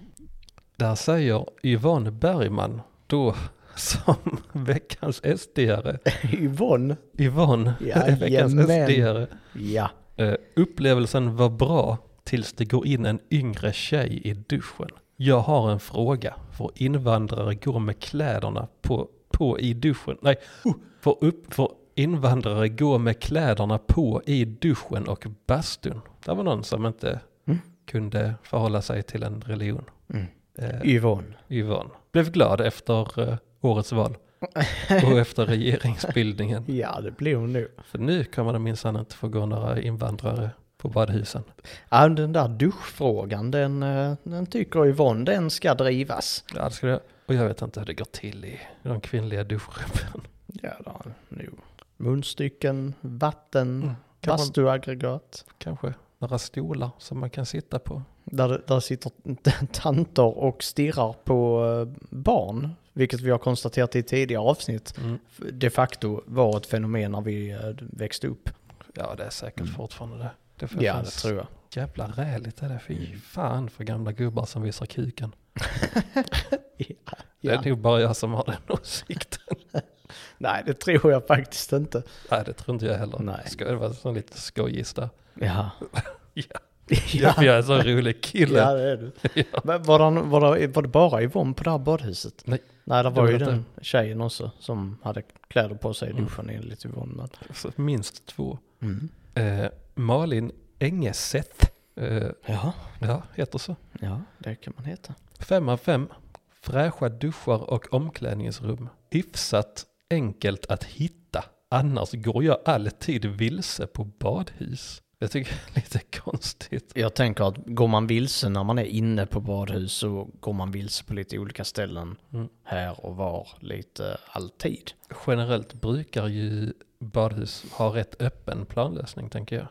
Där säger Yvonne Bergman, då som <laughs> veckans SD-are, Yvonne. Yvonne är veckans Jajamän. SD-are, Ja. eh, upplevelsen var bra tills det går in en yngre tjej i duschen. Jag har en fråga, får invandrare gå med kläderna på, på i duschen? Nej, får, upp, får invandrare gå med kläderna på i duschen och bastun? Det var någon som inte Mm. kunde förhålla sig till en religion. Mm. Eh, Yvonne. Yvonne. Blev glad efter eh, årets val och efter regeringsbildningen. Ja, det blir hon nu. För nu kommer det minsann inte få gå några invandrare på badhusen. Ja, den där duschfrågan, den, eh, den tycker Yvonne, den ska drivas. Ja, det skulle jag. Och jag vet inte hur det går till i de kvinnliga duschrummen. Ja, då, nu. Munstycken, vatten, Mm. Kan man, bastuaggregat. kanske några stolar som man kan sitta på. Där, där sitter tanter och stirrar på eh, barn, vilket vi har konstaterat i tidigare avsnitt Mm. de facto var ett fenomen när vi eh, växte upp. Ja, det är säkert Mm. fortfarande det. Det får Ja, det fanns- <laughs> tror jag. Jävla räligt är det. Fy Mm. fan för gamla gubbar som visar kuken. Ja. Det är nog bara jag som har den åsikten. <laughs> Nej, det tror jag faktiskt inte. Nej, det tror inte jag heller. Nej. Ska det vara en sån liten skojis där. <laughs> Ja. Ja. Ja, för <laughs> ja. jag är en sån rolig kille. <laughs> Ja, det är du. Men Var, den, var, det, var det bara Yvonne på det här badhuset? Nej. Nej, det Det var var ju det den tjejen också som hade kläder på sig i Mm. duschen enligt Yvonne. Men... Så minst två. Mm. Eh, Malin Engeseth. Eh, Ja. ja, heter så. ja, det kan man heta. Fem av fem. Fräscha duschar och omklädningsrum. Hyfsat enkelt att hitta. Annars går jag alltid vilse på badhus. Jag tycker det är lite konstigt. Jag tänker att går man vilse när man är inne på badhus så går man vilse på lite olika ställen Mm. här och var lite alltid. Generellt brukar ju badhus ha rätt öppen planlösning tänker jag.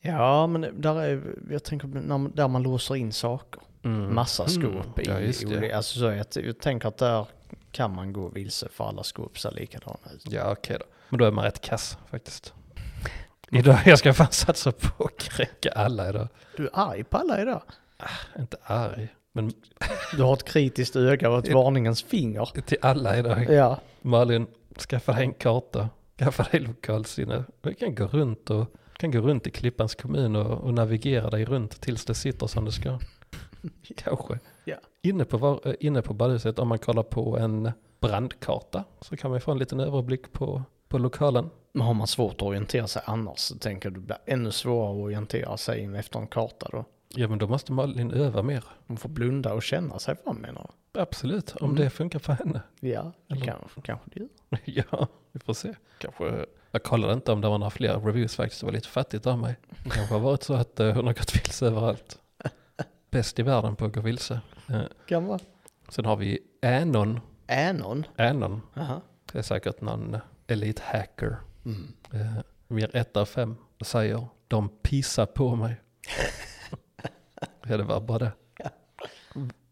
Ja, men där är, jag tänker när, där man låser in saker. Mm. Massa skåp Mm, i Ja, just det. olika- Alltså, så jag, t- jag tänker att där kan man gå vilse för alla skåp ser likadana ut. Ja, okej då. Men då är man rätt kass faktiskt. Idag, Mm. jag ska fan satsa på att kränka alla idag. Du är arg på alla idag. Inte arg, men Du har ett kritiskt öga och ett varningens finger. till alla idag. Ja, Malin, skaffa dig en karta. Skaffa dig lokalsinne. Vi kan gå runt och kan gå runt i Klippans kommun och, och navigera dig runt tills det sitter som det <laughs> ska. Kanske. Ja. Inne på, var, eh, inne på badhuset, om man kollar på en brandkarta så kan man få en liten överblick på, på lokalen. men har man svårt att orientera sig annars så tänker du det blir ännu svårare att orientera sig efter en karta då. Ja, men då måste Malin öva mer. Hon får blunda och känna sig fram menar Absolut, om Mm. det funkar för henne. <laughs> du? Ja, det Eller- kanske, kanske det gör. Ja, vi får se. Kanske, jag kollade inte om det var några fler reviews faktiskt, det var lite fattigt av mig. Det kanske har varit så att eh, hon har gått vilse överallt. Bäst i världen på att gå vilse. Eh, Kan vara. Sen har vi Anon. Anon. Anon, Jaha. det är säkert någon elithacker. Mm. Eh, Vi är ett av fem och säger de pissar på mig. ja, det var bara det.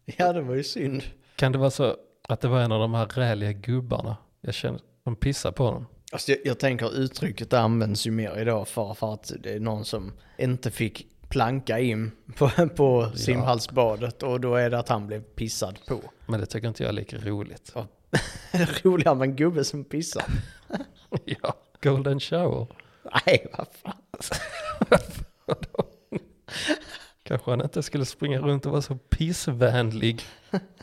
Ja, det var ju synd. Kan det vara så att det var en av de här räliga gubbarna? Jag känner, de pissar på dem. Alltså jag, jag tänker uttrycket används ju mer idag för, för att det är någon som inte fick planka in på, på simhallsbadet och då är det att han blev pissad på. <laughs> Men det tycker inte jag är lika roligt. <laughs> Det är roligare med en gubbe som pissar. ja, golden shower. Nej, vad fan. Kanske han inte skulle springa runt och vara så pissvänlig.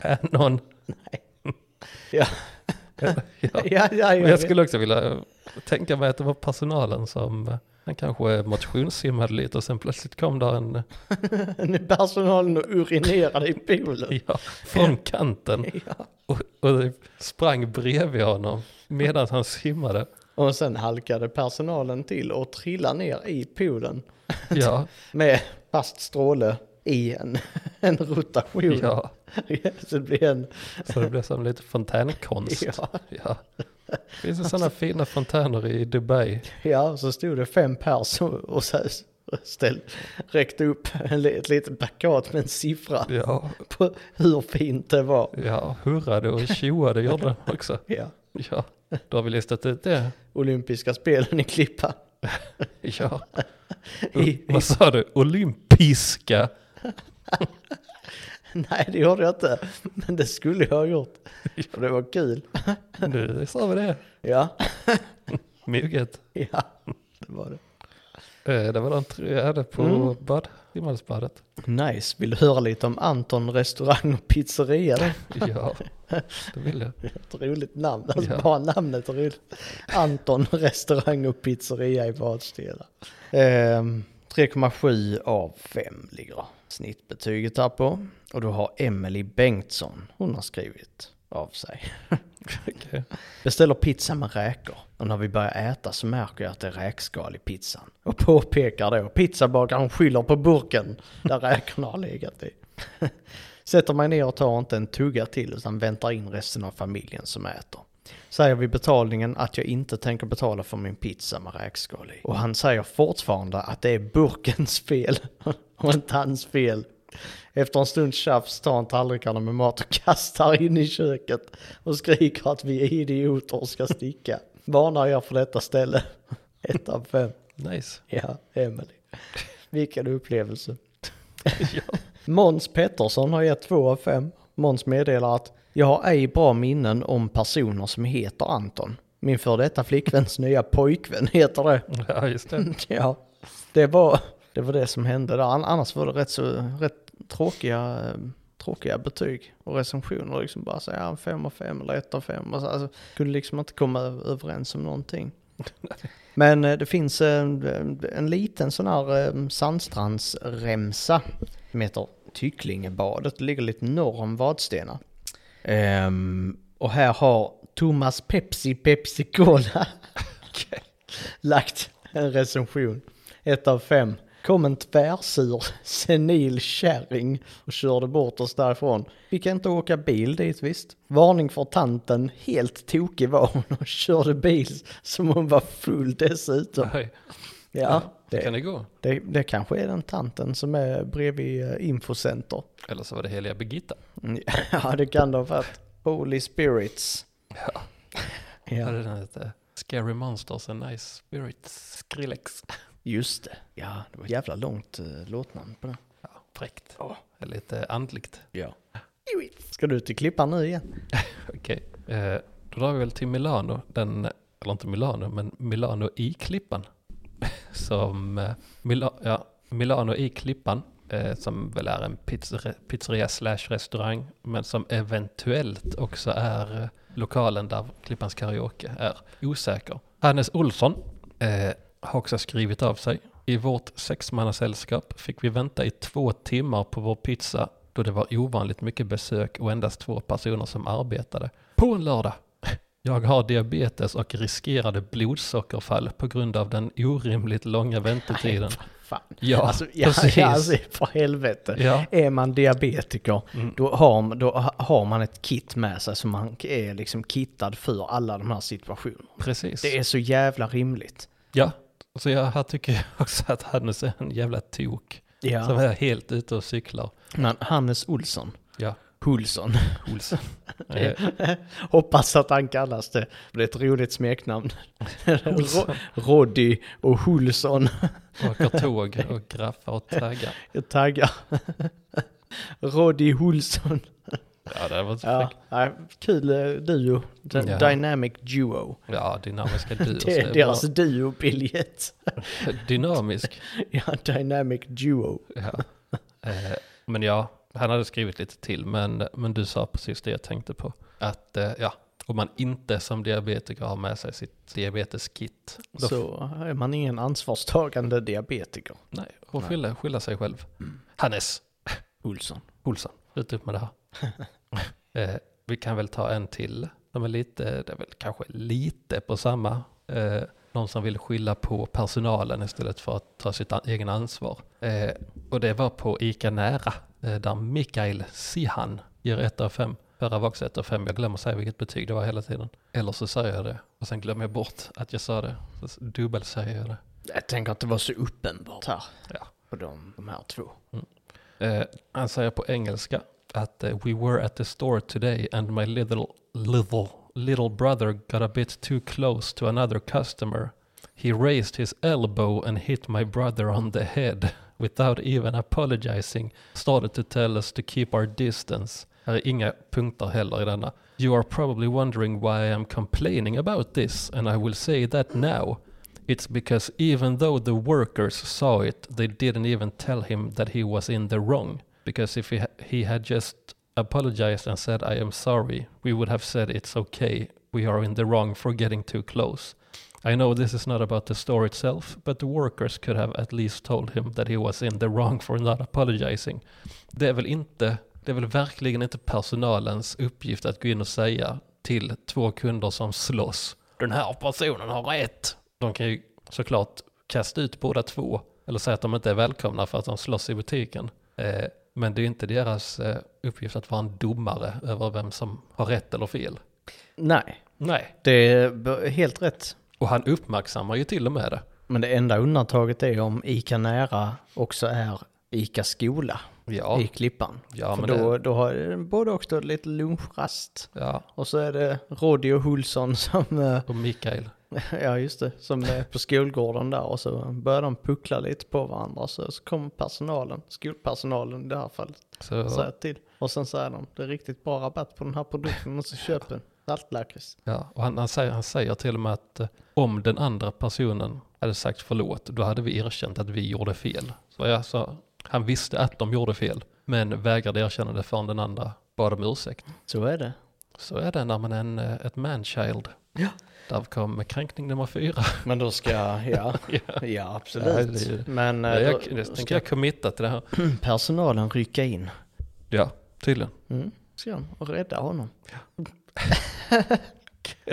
Än någon. Ja, Ja. ja, ja, Men jag jag skulle också vilja tänka mig att det var personalen som eh, han kanske motionssimmade lite och sen plötsligt kom där en, <laughs> Nu är personalen och urinerade i poolen. ja, från kanten Ja. och, och sprang bredvid honom medan han simmade. <laughs> Och sen halkade personalen till och trillade ner i poolen Ja, med fast stråle i en, <laughs> en rotation. ja. <laughs> Så det blir en... Så det blev som lite fontänkonst. Ja. Ja. Finns det sådana fina fontäner i Dubai? Ja, och så stod det fem pers och- och så här ställ, räckte upp en li- ett litet plakat med en siffra Ja, på hur fint det var. ja hurrade och tjoade gjorde de också. Ja. Ja, då har vi listat ut det. Olympiska spelen i Klippan. Ja. I- Vad sa du? Olympiska? Nej, det gjorde jag inte. Men det skulle jag ha gjort. Och det var kul. Nu sa vi det. Ja, Mygget. ja. Det var det. Eh, Det var de tre jag hade på bad, himmelsbadet. Nice. Vill du höra lite om Anton restaurang och pizzeria? Det Ja, det vill jag. är ett roligt namn. Alltså Ja. bara namnet är roligt. Anton restaurang och pizzeria i Vadstena. Ehm, 3,7 av 5 ligger snittbetyget här på. Och då har Emily Bengtsson, hon har skrivit av sig. <laughs> Okej. Beställer pizza med räkor. Och när vi börjar äta så märker jag att det är räkskal i pizzan. Och påpekar då, pizzabagaren skyller på burken där räkorna har legat i. Sätter mig ner och tar inte en tugga till utan väntar in resten av familjen som äter. Säger vid betalningen att jag inte tänker betala för min pizza med räkskal i. Och han säger fortfarande att det är burkens fel <laughs> och inte hans fel. Efter en stunds tjafs tar han tallrikarna med mat och kastar in i köket och skriker att vi är idioter och ska sticka. Varnar jag för detta ställe. <laughs> Ett av fem. Nice. Ja, Emily. Vilken upplevelse. Måns Pettersson har gett två av fem. Måns meddelar att jag har ej bra minnen om personer som heter Anton. Min före detta flickväns nya pojkvän heter det. Ja, just det. <laughs> Ja, det var det, var det som hände där. An- Annars var det rätt så rätt tråkiga, eh, tråkiga betyg och recensioner. Liksom bara säga en fem av fem eller ett av fem. Och så- Alltså, kunde liksom inte komma ö- överens om någonting. Men eh, det finns eh, en, en liten sån här eh, sandstrandsremsa som heter Tycklingebadet. Det ligger lite norr om Vadstena. Ehm, och här har Thomas Pepsi Pepsi Cola <laughs> lagt en recension. Ett av fem. Kom en tvärsur senil kärring och körde bort oss därifrån. Fick inte åka bil dit visst. Varning för tanten, helt tokig var hon och körde bil som hon var full dessutom. Oj, Ja, det kan det, det gå. det, det kanske är den tanten som är bredvid eh, infocenter. Eller så var det heliga Birgitta. <laughs> Ja, det kan det ha varit. Holy spirits. Ja. Ja. Hade den hette Scary Monsters and Nice Spirits Skrillex. Just det. Ja, det var ett jävla långt uh, låtnamn på den. Ja, fräckt. Det är Lite andligt. Ja. Ska du till klippan nu igen? Okej. Eh, Då drar vi väl till Milano. Den, eller inte Milano, men Milano i Klippan. <laughs> Som eh, Mila, ja, Milano i Klippan. eh, Som väl är en pizzeria, pizzeria slash restaurang. Men som eventuellt också är eh, lokalen där Klippans karaoke är osäker. Hannes Olsson eh, har också skrivit av sig. I vårt sexmannasällskap fick vi vänta i två timmar på vår pizza då det var ovanligt mycket besök och endast två personer som arbetade. På en lördag! <laughs> Jag har diabetes och riskerade blodsockerfall på grund av den orimligt långa väntetiden. Nej, fan. Ja, alltså, ja, precis. Ja, alltså, för helvete. Ja. Mm. Är man diabetiker, då, har, då har man ett kit med sig som man är liksom kittad för alla de här situationerna. Precis. Det är så jävla rimligt. Ja, så jag, här tycker jag <laughs> också att Hannes är en jävla tok som Ja. är helt ute och cyklar. Men Hannes Olsson, Ja, Hulsson, Olsson. <laughs> Eh, hoppas att han kallas det. Det är ett roligt smeknamn. Ro- Roddy och Hulsson. åker tåg och graffar och taggar. Jag taggar. Roddy Hulsson. Ja, det var Ja, nej, kul eh, duo. Den Ja. Dynamic Duo. ja dynamiska duos. <laughs> Det är deras duo-biljett. bra. Dynamisk. <laughs> ja, Dynamic Duo. Ja. Eh, men ja, han hade skrivit lite till, men, men du sa precis det jag tänkte på. Att eh, ja, om man inte som diabetiker har med sig sitt diabeteskit, då Så är man ingen ansvarstagande diabetiker. nej, och skylla, skylla sig själv. Mm. Hannes Olsson. Olsson, sluta upp med det här. eh, vi kan väl ta en till. De är lite, det är väl kanske lite på samma. Eh, någon som vill skylla på personalen istället för att ta sitt an- egen ansvar. Eh, och det var på ICA Nära, eh, där Mikael Sihan ger 1 av 5. Förra var också 1 av 5, jag glömmer säga vilket betyg det var hela tiden. Eller så säger jag det, och sen glömmer jag bort att jag sa det. Så s- dubbelsäger jag det. Jag tänker att det var så uppenbart här Ja. på de, de här två. Eh, han säger på engelska att eh, we were at the store today and my little, little, little brother got a bit too close to another customer. He raised his elbow and hit my brother on the head. without even apologizing, started to tell us to keep our distance. Här är inga punkter heller i denna. You are probably wondering why I am complaining about this and I will say that now. It's because even though the workers saw it, they didn't even tell him that he was in the wrong. Because if he, ha- he had just apologized and said, I am sorry, we would have said, It's okay, we are in the wrong for getting too close. I know this is not about the store itself, but the workers could have at least told him that he was in the wrong for not apologizing. Det är väl inte, det är väl verkligen inte personalens uppgift att gå in och säga till två kunder som slåss, den här personen har rätt. De kan ju såklart kasta ut båda två, eller säga att de inte är välkomna för att de slåss i butiken. Eh, men det är inte deras eh, uppgift att vara en domare över vem som har rätt eller fel. Nej, Nej, det är b- helt rätt. och han uppmärksammar ju till och med det. Men det enda undantaget är om ICA Nära också är ICA Skola Ja, i Klippan. ja För men då, det, då har den både också lite lunchrast ja. och så är det Roddy och Hulson <laughs> som, eh, Och Mikael, ja just det, som är på skolgården där och så börjar de puckla lite på varandra så, så kommer personalen, skolpersonalen i det här fallet, så, säger till. Och sen säger de, det är riktigt bra rabatt på den här produkten och så köper den saltlakrits. ja. och han, han, säger, han säger till och med att eh, om den andra personen hade sagt förlåt, då hade vi erkänt att vi gjorde fel. Så jag sa, han visste att de gjorde fel, men vägrade erkänna det förrän den andra bad om ursäkt. Så är det. Så är det när man är en, eh, ett manchild. Ja. Där kom kränkning nummer fyra. Men då ska, ja, <laughs> ja absolut. Ja, det- Men eh, Nej, <laughs> då, jag, det då tänker ska jag committa till det här. Mm, personalen rycka in. Ja, tydligen. Mm. Ska de, och rädda honom.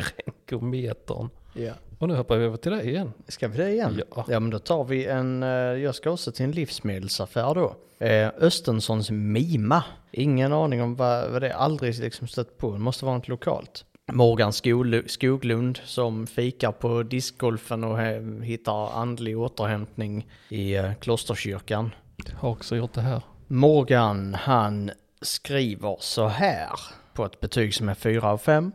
Kränkometern. Ja. Och nu hoppar vi över till det igen. Ska vi det igen? Ja. Ja, men då tar vi en, eh, jag ska också till en livsmedelsaffär då. Eh, Östenssons Mima. Ingen aning om vad, vad det är, aldrig liksom stött på, det måste vara något lokalt. Morgan Skol- Skoglund som fikar på diskgolfen och eh, hittar andlig återhämtning i eh, klosterkyrkan. Har också gjort det här. Morgan, han skriver så här på ett betyg som är 4 av 5.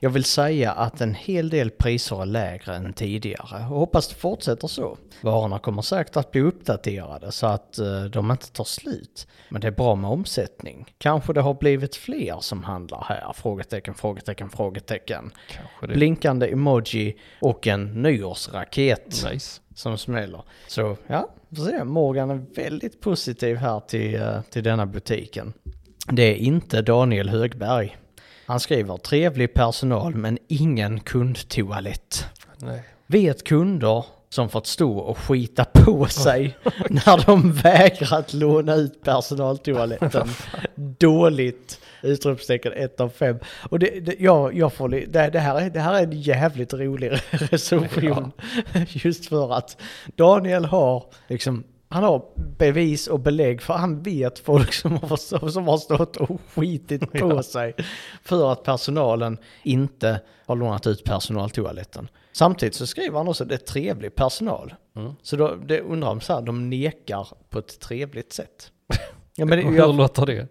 Jag vill säga att en hel del priser är lägre än tidigare och hoppas det fortsätter så. Varorna kommer säkert att bli uppdaterade så att eh, de inte tar slut. Men det är bra med omsättning. Kanske det har blivit fler som handlar här? Frågetecken, frågetecken, frågetecken. Kanske det. Blinkande emoji och en nyårsraket Nice. som smäller. Så ja, vi får se. Morgan är väldigt positiv här till, eh, till denna butiken. Det är inte Daniel Högberg. Han skriver trevlig personal men ingen kundtoalett. Nej. Vet kunder som fått stå och skita på sig när de vägrat låna ut personaltoaletten. Dåligt! Utropstecken 1 av 5. Och det, det, jag, jag får, li- det, det, här är, det här är en jävligt rolig <laughs> recension. Just för att Daniel har liksom han har bevis och belägg för han vet folk som har, som har stått och <laughs> skitit på sig för att personalen inte har lånat ut personaltoaletten. Samtidigt så skriver han också att det är trevlig personal. Så då det undrar om så här, de nekar på ett trevligt sätt. Ja, men det, Och hur jag, låter det?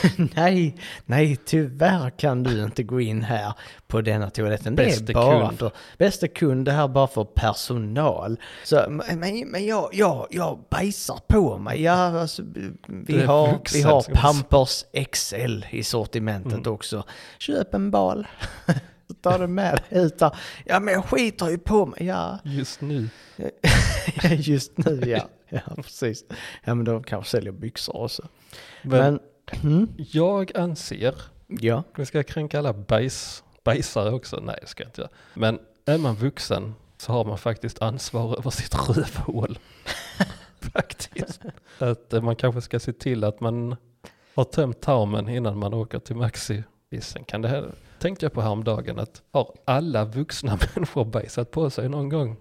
<laughs> nej, nej, tyvärr kan du inte gå in här på denna toaletten. det Bäste är bara kund. för bästa kund, det här är bara för personal. Så, men men- men jag, jag, jag bajsar på mig. Ja, alltså, Det vi, är har, vi vuxen, Mm. har ska man säga. Pampers XL i sortimentet också. Köp en bal. <laughs> Ta det med dig ut där. Ja, men jag skiter ju på mig. Ja, <laughs> Just nu. just nu <laughs> ja. Ja, precis. Ja, men de kanske säljer byxor också. Men, Men, mm, jag anser, ja. vi ska kränka alla bajs, bajsare också. Nej, det ska jag inte göra. Men är man vuxen så har man faktiskt ansvar över sitt rövhål. <laughs> faktiskt. Att eh, man kanske ska se till att man har tömt tarmen innan man åker till Maxi. Visst, Sen kan det här, tänkte jag på häromdagen att har alla vuxna <laughs> människor bajsat på sig någon gång?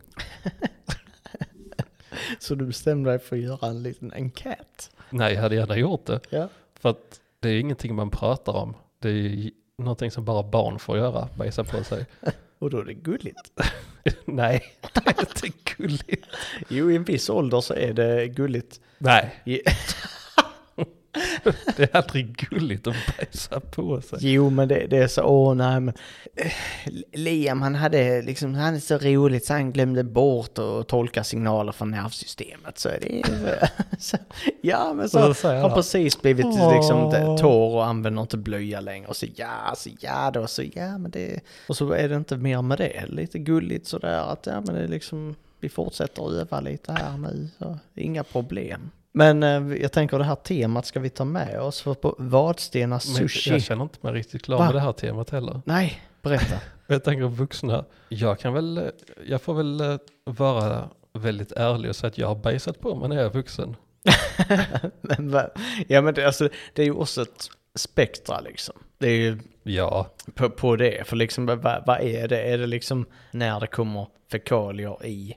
Så du bestämde dig för att göra en liten enkät? Nej, jag hade gärna gjort det. Ja. För att det är ingenting man pratar om. Det är ju någonting som bara barn får göra, bajsa på sig. <laughs> Och då är det gulligt. Nej, det är inte gulligt. Jo, i en viss ålder så är det gulligt. Nej, I- Det är aldrig gulligt att bajsa på sig. Jo, men det, det är så, åh nej men... eh, Liam han hade liksom, han är så roligt så han glömde bort att tolka signaler från nervsystemet. Så det är... <laughs> så, ja, men så Och så säger har han han, precis blivit "Åh." liksom det- torr och använder inte blöja längre. Och så ja, så ja då, så ja men det... Och så är det inte mer med det. Lite gulligt sådär att ja men det är liksom... Vi fortsätter öva lite här nu, så inga problem. Men eh, jag tänker det här temat ska vi ta med oss för på Vadstena Men Sushi. jag känner inte mig riktigt klar Va? med det här temat heller. Nej, berätta. Jag tänker på vuxna. Jag kan väl, eh, jag får väl eh, vara väldigt ärlig och säga att jag har bajsat på mig när jag är vuxen. <laughs> men, va- ja, men det, alltså, det är ju också ett spektra liksom. Det är ju Ja, på, på det, för liksom vad vad är det? Är det liksom när det kommer fekalier i,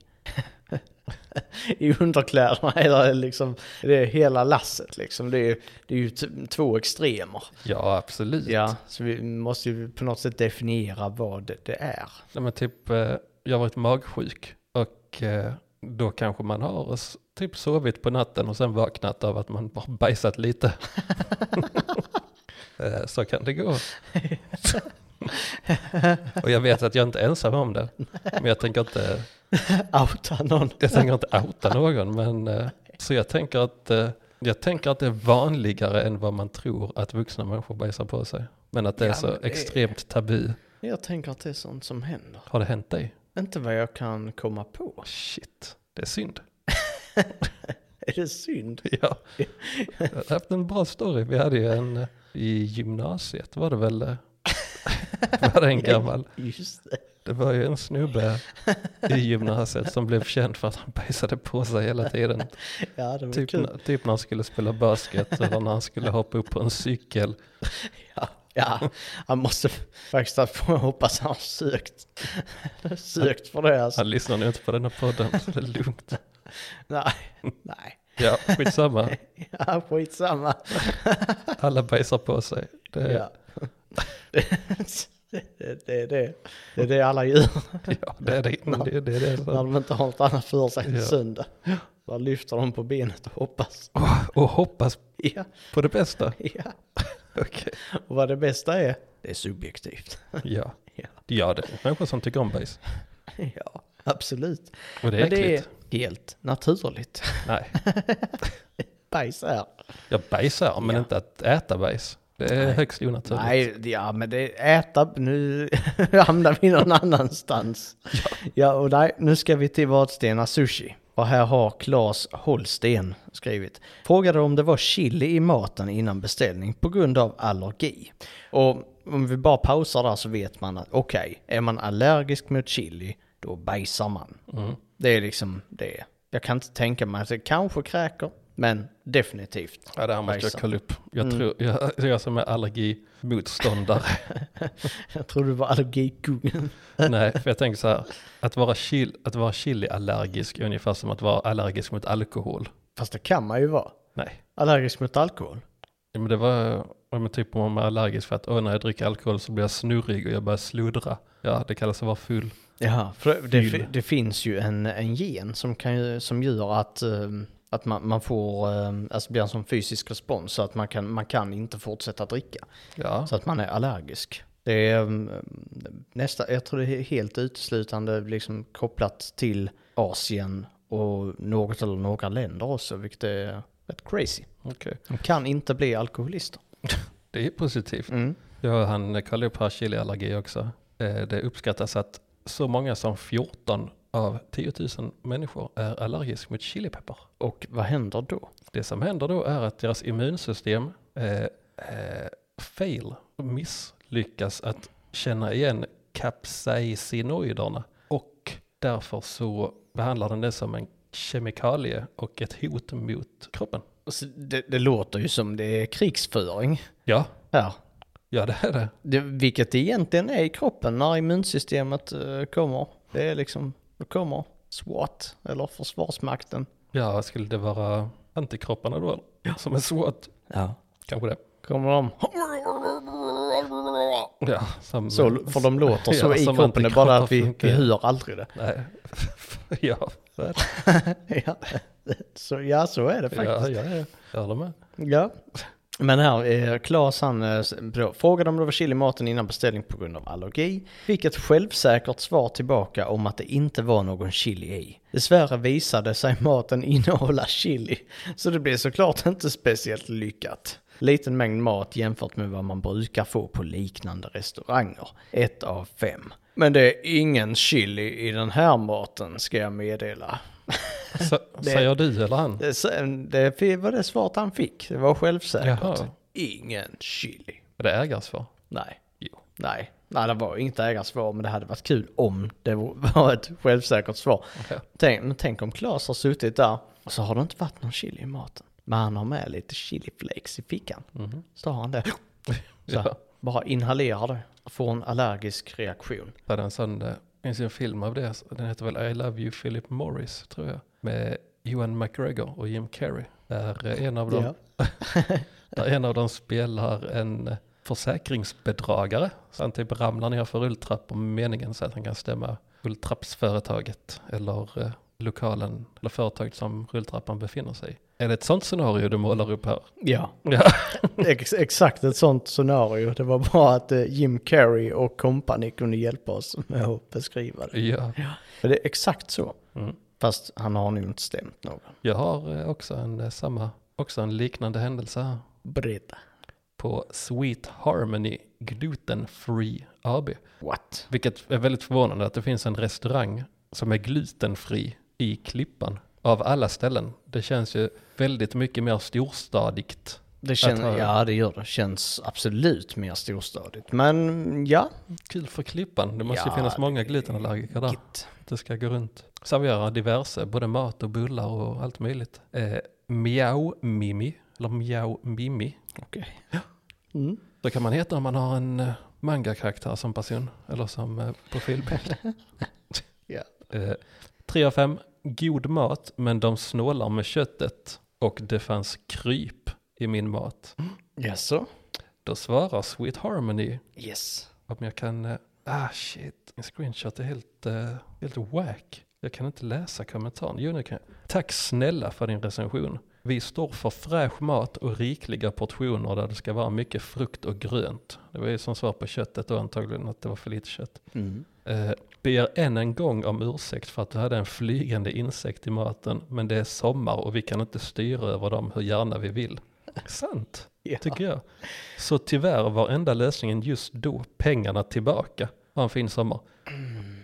<laughs> i underkläderna? <laughs> Eller är det liksom, det är hela lasset liksom. Det är, ju- det är ju t- två extremer. ja absolut. Ja, så vi måste ju på något sätt definiera vad det, det är. <laughs> Nej, men typ, eh, jag har varit magsjuk och eh, då kanske man har s- typ sovit på natten och sen vaknat av att man bara bajsat <laughs> lite. Eh, Så kan det gå. och jag vet att jag inte är ensam om det. Men jag tänker inte, Outa någon. jag tänker inte outa någon. Men, eh, så jag tänker, att, eh, jag tänker att det är vanligare än vad man tror att vuxna människor bajsar på sig. Men att det är Ja, så men det- extremt tabu. Jag tänker att det är sånt som händer. Har det hänt dig? Inte vad jag kan komma på. <laughs> Shit, det är synd. Är det synd? <laughs> Ja, jag har haft en bra story. Vi hade ju en eh, i gymnasiet var det väl, eh, <laughs> var det en gammal. Just det. Det var ju en snubbe i gymnasiet som blev känd för att han bajsade på sig hela tiden. Ja, <laughs> det var Typ, kul. när- typ när han skulle spela basket eller när han skulle hoppa upp på en cykel. Ja, ja, han måste faktiskt att få hoppas han har sökt. <laughs> sökt för det alltså. Han lyssnar nu inte på den här podden, så det är lugnt. Nej, nej. Ja, skitsamma. Ja, skitsamma. Alla bajsar på sig. Det, Ja. <laughs> Det, det, det, är det. det är det alla gör ja, det är det. det, det, är det när de inte har något annat för sig än Ja. söndag. Då lyfter de på benet och hoppas. Och hoppas Ja, på det bästa. ja. Okej. Och vad det bästa är, det är subjektivt. Ja. Ja, ja, det är människor som tycker om bajs. ja absolut. Och det är Men det är äckligt. helt naturligt. Nej, Bajs är jag bajsar men Ja. inte att äta bajs. Det är Nej. högst onaturligt. Nej, ja men det äta, nu <laughs> hamnar vi någon annanstans. Ja. och nej, nu ska vi till Vadstena Sushi. Och här har Claes Holsten skrivit. Frågade om det var chili i maten innan beställning på grund av allergi. Och om vi bara pausar där så vet man att okej, är man allergisk mot chili, då bajsar man. Mm. Det är liksom det. Jag kan inte tänka mig att det kanske kräker, men definitivt. Ja, det här måste jag Bajsar. kolla upp. Jag, Mm. tror, jag, jag som är <laughs> allergimotståndare. Jag tror du var allergikungen. Nej, för jag tänker så här. Att vara, chil, att vara chiliallergisk är ungefär som att vara allergisk mot alkohol. Fast det kan man ju vara. Nej, Allergisk mot alkohol? Ja, men det var ja, men typ om man är allergisk för att åh, när jag dricker alkohol så blir jag snurrig och jag börjar sluddra. Ja, det kallas att vara full. Ja, för det, Fyll. fi- det finns ju en, en gen som, kan ju, som gör att, ehm, att man, man får, ehm, alltså blir en sån fysisk respons så att man kan, man kan inte fortsätta dricka. Ja, Så att man är allergisk. Det är ehm, nästa, jag tror det är helt uteslutande liksom kopplat till Asien och något eller några länder också, vilket är rätt crazy. okej. De kan inte bli alkoholister. Det är positivt. Mm. Ja, han kollade upp här chiliallergi också. Eh, Det uppskattas att så många som 14 av 10 000 människor är allergisk mot chilipeppar. Och vad händer då? Det som händer då är att deras immunsystem eh, eh, fail, misslyckas att känna igen capsaicinoiderna och därför så behandlar den det som en kemikalie och ett hot mot kroppen. Alltså, det, det låter ju som det är krigsföring Ja, här. ja det är det. Det, vilket det egentligen är i kroppen när immunsystemet eh, kommer. Det är liksom, då kommer SWAT eller Försvarsmakten. Ja, skulle det vara antikropparna då? Som är SWAT? Ja. Kanske det. Kommer de. <laughs> Ja, som, Så, för de låter så <laughs> Ja, i som kroppen, det är bara att antikroppar vi, vi funkar. hör aldrig det. <laughs> Nej. <laughs> ja, ja, ja. Så, ja, så är det faktiskt. <laughs> ja, ja, jag håller med. Ja. Men här, eh, Claes han eh, s- då, frågade om det var chili i maten innan beställning på grund av allergi. Fick ett självsäkert svar tillbaka om att det inte var någon chili i. Dessvärre visade sig maten innehålla chili, så det blev såklart inte speciellt lyckat. Liten mängd mat jämfört med vad man brukar få på liknande restauranger. Ett av fem. Men det är ingen chili i den här maten, ska jag meddela. Så, Säger du eller han? Det, sen- det var det svaret han fick. Det var självsäkert. Jaha. Ingen chili. Är det ägarsvar? Nej. Jo. Nej. Nej, det var inget ägarsvar, men det hade varit kul om det var <laughs> ett självsäkert svar. Okej. Tänk, men tänk om Claes har suttit där och så har det inte varit någon chili i maten. Men han har med lite chiliflakes i fickan. Så har <laughs> han det. Så, Mhm. Ja. Bara inhalerar det och får en allergisk reaktion. Så hade en sån, eh, finns ju en film av det, den heter väl I Love You Philip Morris tror jag. Med Ewan McGregor och Jim Carrey. Där eh, en av dem, där en av dem spelar en eh, försäkringsbedragare. Så han typ ramlar ner för rulltrappor med meningen så att han kan stämma rulltrappsföretaget eller eh, lokalen eller företaget som rulltrappan befinner sig i. Är det ett sånt scenario du målar upp här? Ja, Ja, <laughs> ex exakt ett sånt scenario. Det var bara att eh, Jim Carrey och kompani kunde hjälpa oss med att beskriva det. ja. För det är exakt så. Mm. Fast han har nog inte stämt någon. jag har eh, också en, eh, samma, också en liknande händelse här. Britta. på Sweet Harmony Gluten Free AB. What? Vilket är väldigt förvånande att det finns en restaurang som är glutenfri i Klippan. Av alla ställen. Det känns ju väldigt mycket mer storstadigt. Det tror känns, jag. ja, det gör det. Känns absolut mer storstadigt. Men ja, Kul för Klippan. Det måste Ja, ju finnas många glutenallergiker där. git. Det ska gå runt. Servera diverse, både mat och bullar och allt möjligt. Eh, miau Mimi, eller Miau Mimi. Okej. Mm. Så kan man heta om man har en eh, manga-karaktär som person. Eller som eh, profilbild. Ja. Eh, 3 av 5, god mat men de snålar med köttet och det fanns kryp i min mat. Jaså? Då svarar Sweet Harmony Yes. om jag kan... eh, Ah shit, min screenshot är helt, eh, helt wack. Jag kan inte läsa kommentaren. Jo, nu kan jag. Tack snälla för din recension. Vi står för fräsch mat och rikliga portioner där det ska vara mycket frukt och grönt. Det var ju som svar på köttet då antagligen att det var för lite kött. Mm. Eh, ber än en gång om ursäkt för att du hade en flygande insekt i maten, men det är sommar och vi kan inte styra över dem hur gärna vi vill. Sant, Ja. tycker jag. Så tyvärr var enda lösningen just då pengarna tillbaka. Ha en fin sommar.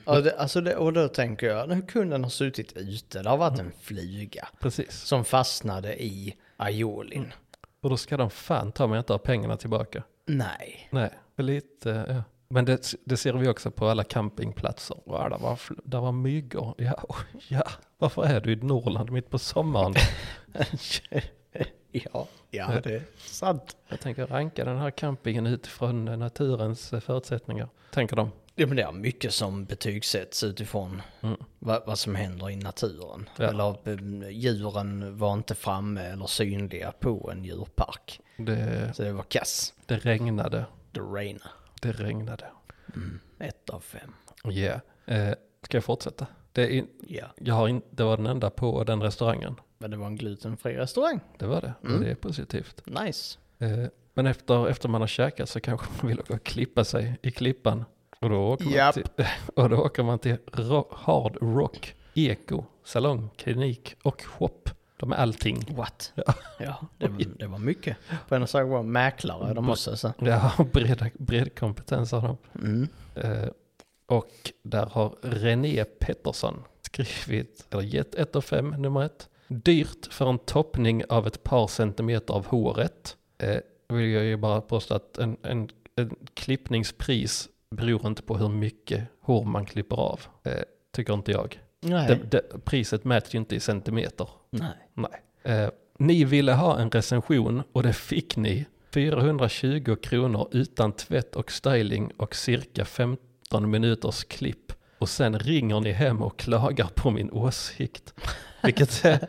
Ja, det, alltså det, och då tänker jag, nu kunden har suttit ute, det har varit en flyga Precis. som fastnade i aiolin. Och då ska de fan ta mig inte ha pengarna tillbaka. Nej. <laughs> Nej, för lite, eh, ja. Men det, det ser vi också på alla campingplatser. Wow, där, var, fl- där var myggor. Ja, och- ja, varför är du i Norrland mitt på sommaren? ja, ja, det är sant. Jag tänker ranka den här campingen utifrån naturens eh, förutsättningar, tänker de. Ja, men det är mycket som betygsätts utifrån Mm. vad, vad som händer i naturen. Ja. Eller eh, djuren var inte framme eller synliga på en djurpark. Det, Så det var kass. det regnade, The raina. det regnade. Ett av fem. Yeah. Eh, ska jag fortsätta? Det, är in, Ja, jag har in, det var den enda på den restaurangen. men det var en glutenfri restaurang. Det var det, och det är positivt. Nice. Eh, men efter, efter man har käkat så kanske man vill åka och klippa sig i klippan. Och då åker man Japp. till, <laughs> och då åker man till ro, Hard Rock, Eko, Salong, Klinik och Shop. De är allting. What? Ja. Ja, det var, det var mycket. På en sak var mäklare, de också. Så. Ja, <laughs> bred, bred kompetens har de. Mm. Eh, och där har René Pettersson skrivit, eller gett 1 av 5, nummer 1. Dyrt för en toppning av ett par centimeter av håret. Eh, vill jag ju bara påstå att en, en, en klippningspris beror inte på hur mycket hår man klipper av. Eh, tycker inte jag. Nej. Det, det, priset mäts ju inte i centimeter. <laughs> Nej. Nej. Eh, ni ville ha en recension och det fick ni. 420 kronor utan tvätt och styling och cirka 15 minuters klipp. Och sen ringer ni hem och klagar på min åsikt. Vilket är...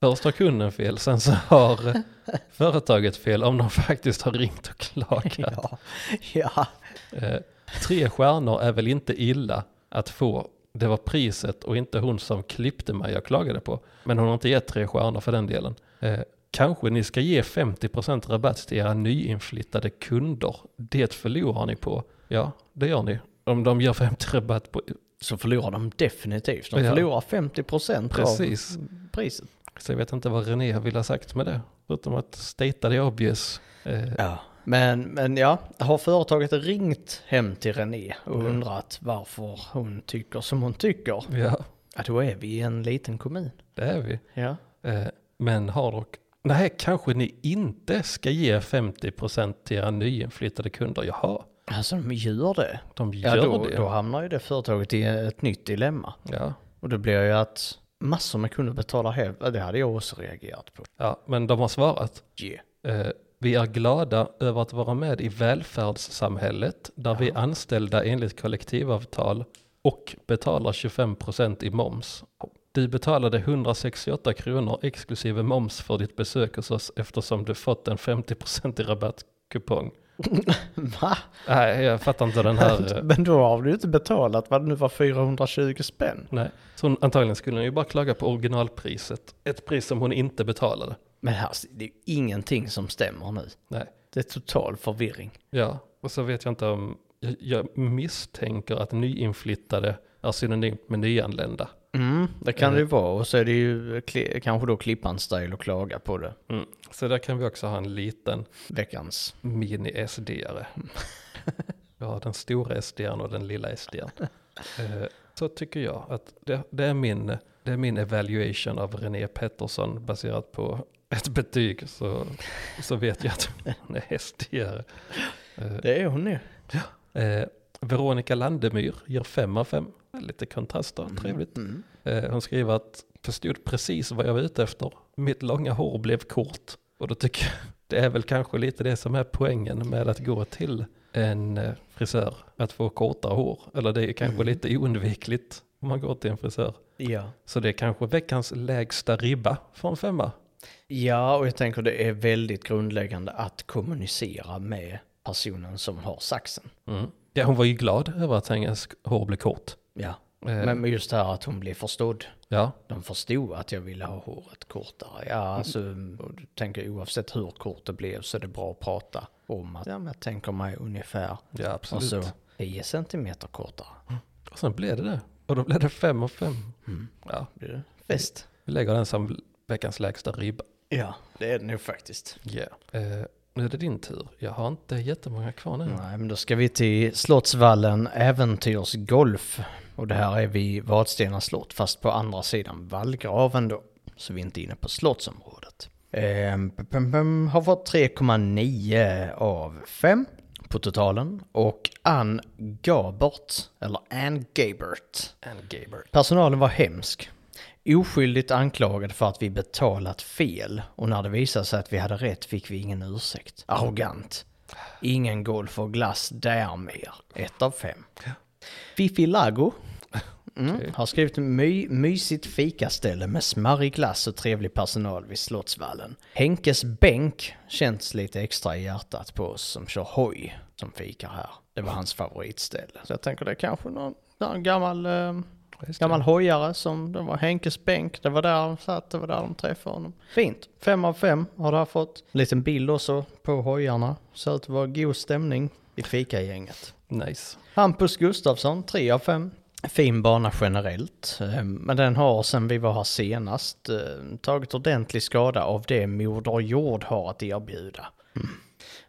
Först har kunden fel, sen så har företaget fel om de faktiskt har ringt och klagat. Ja. ja. Eh, tre stjärnor är väl inte illa att få. Det var priset och inte hon som klippte mig jag klagade på. Men hon har inte gett tre stjärnor för den delen. Eh, Kanske ni ska ge 50% rabatt till era nyinflyttade kunder. Det förlorar ni på. Ja, det gör ni. Om de gör 50 rabatt på... Så förlorar de definitivt. De Ja. förlorar 50% Precis. av priset. Så jag vet inte vad René vill ha sagt med det. Utom att statea the obvious. Eh, Ja. Men, men ja, har företaget ringt hem till René och undrat varför hon tycker som hon tycker? ja, Ja, då är vi en liten kommun. det är vi. Ja. Eh, men har dock... Nej, kanske ni inte ska ge 50% till era nyinflyttade kunder. Jaha, Alltså de gör det. de gör Ja, då, det. då hamnar ju det företaget i ett nytt dilemma. Ja. Och det blir ju att massor med kunder betalar hem. Ja, Det hade jag också reagerat på. ja, men de har svarat. Yeah. Eh, vi är glada över att vara med i välfärdssamhället där vi är anställda enligt kollektivavtal och betalar 25% i moms. Du betalade 168 kronor exklusive moms för ditt besök hos oss eftersom du fått en 50% i rabattkupong. Va? Nej, jag fattar inte den <laughs> här. eh, Men då har du ju inte betalat vad det nu var 420 spänn. Nej, så hon, antagligen skulle hon ju bara klaga på originalpriset. Ett pris som hon inte betalade. Men här, det är ju ingenting som stämmer nu. Nej, Det är total förvirring. ja, och så vet jag inte om, jag, jag misstänker att nyinflyttade är synonymt med nyanlända. Mm, det kan det ju vara. Och så är det ju kli- kanske då klippan style och klaga på det. Så där kan vi också ha en liten Veckans. mini-SD-are. <laughs> Ja, den stora SD-aren och den lilla <laughs> SD-aren. Eh, Så tycker jag att det, det, är min, det är min evaluation av René Pettersson baserat på ett betyg så, så vet jag att hon är <laughs> SD-are. Det är hon ju. Eh, Veronica Landemyr ger fem av fem. Lite kontraster, Mm. trevligt. Eh, hon skriver att förstod precis vad jag var ute efter. Mitt långa hår blev kort. Och då tycker jag, <laughs> det är väl kanske lite det som är poängen med att gå till en eh, frisör. Att få kortare hår. Eller det är kanske Mm. lite oundvikligt om man går till en frisör. Ja. Så det är kanske veckans lägsta ribba för en femma. Ja, och jag tänker det är väldigt grundläggande att kommunicera med personen som har saxen. Ja, hon var ju glad över att hennes hår blev kort. Ja. Men men just det här att hon blir förstådd. Ja, De förstod att jag ville ha håret kortare. Ja, alltså, och du tänker oavsett hur kort det blev så är det bra att prata om att ja, men jag tänker mig ungefär. ja Och absolut. så 10 centimeter kortare. Och sen blev det det. Och då blev det fem av fem. Ja, Blir det? Visst. vi lägger den som veckans lägsta ribba. Ja, det är det nog faktiskt. Yeah. Eh, nu är det din tur. Jag har inte jättemånga kvar nu. Nej, men då ska vi till Slottsvallen Äventyrsgolf. Och det här är vid Vadstena slott, fast på andra sidan vallgraven då. Så vi är inte inne på slottsområdet. Ehm, pum, pum, pum, har fått 3,9 av 5 på totalen. Och Ann Gabert, eller Ann Gabert. And Gaber. Personalen var hemsk. Oskyldigt anklagad för att vi betalat fel och när det visade sig att vi hade rätt fick vi ingen ursäkt. Arrogant. Ingen golf och glass där mer. Ett av fem. Fifi Lago mm, har skrivit my, mysigt fikaställe med smarrig glass och trevlig personal vid Slottsvallen. Henkes bänk känns lite extra i hjärtat på oss som kör hoj som fikar här. Det var hans favoritställe. Så jag tänker det är kanske någon, någon gammal eh, Just det. Gammal hojare som, det var Henkes bänk, det var där de satt, det var där de träffade honom. Fint, fem av fem har det här fått. Liten bild också på hojarna, så att det var god stämning i fikagänget. Nice. Hampus Gustafsson, tre av fem. Fin bana generellt, eh, men den har sen vi var här senast eh, tagit ordentlig skada av det Moder Jord har att erbjuda.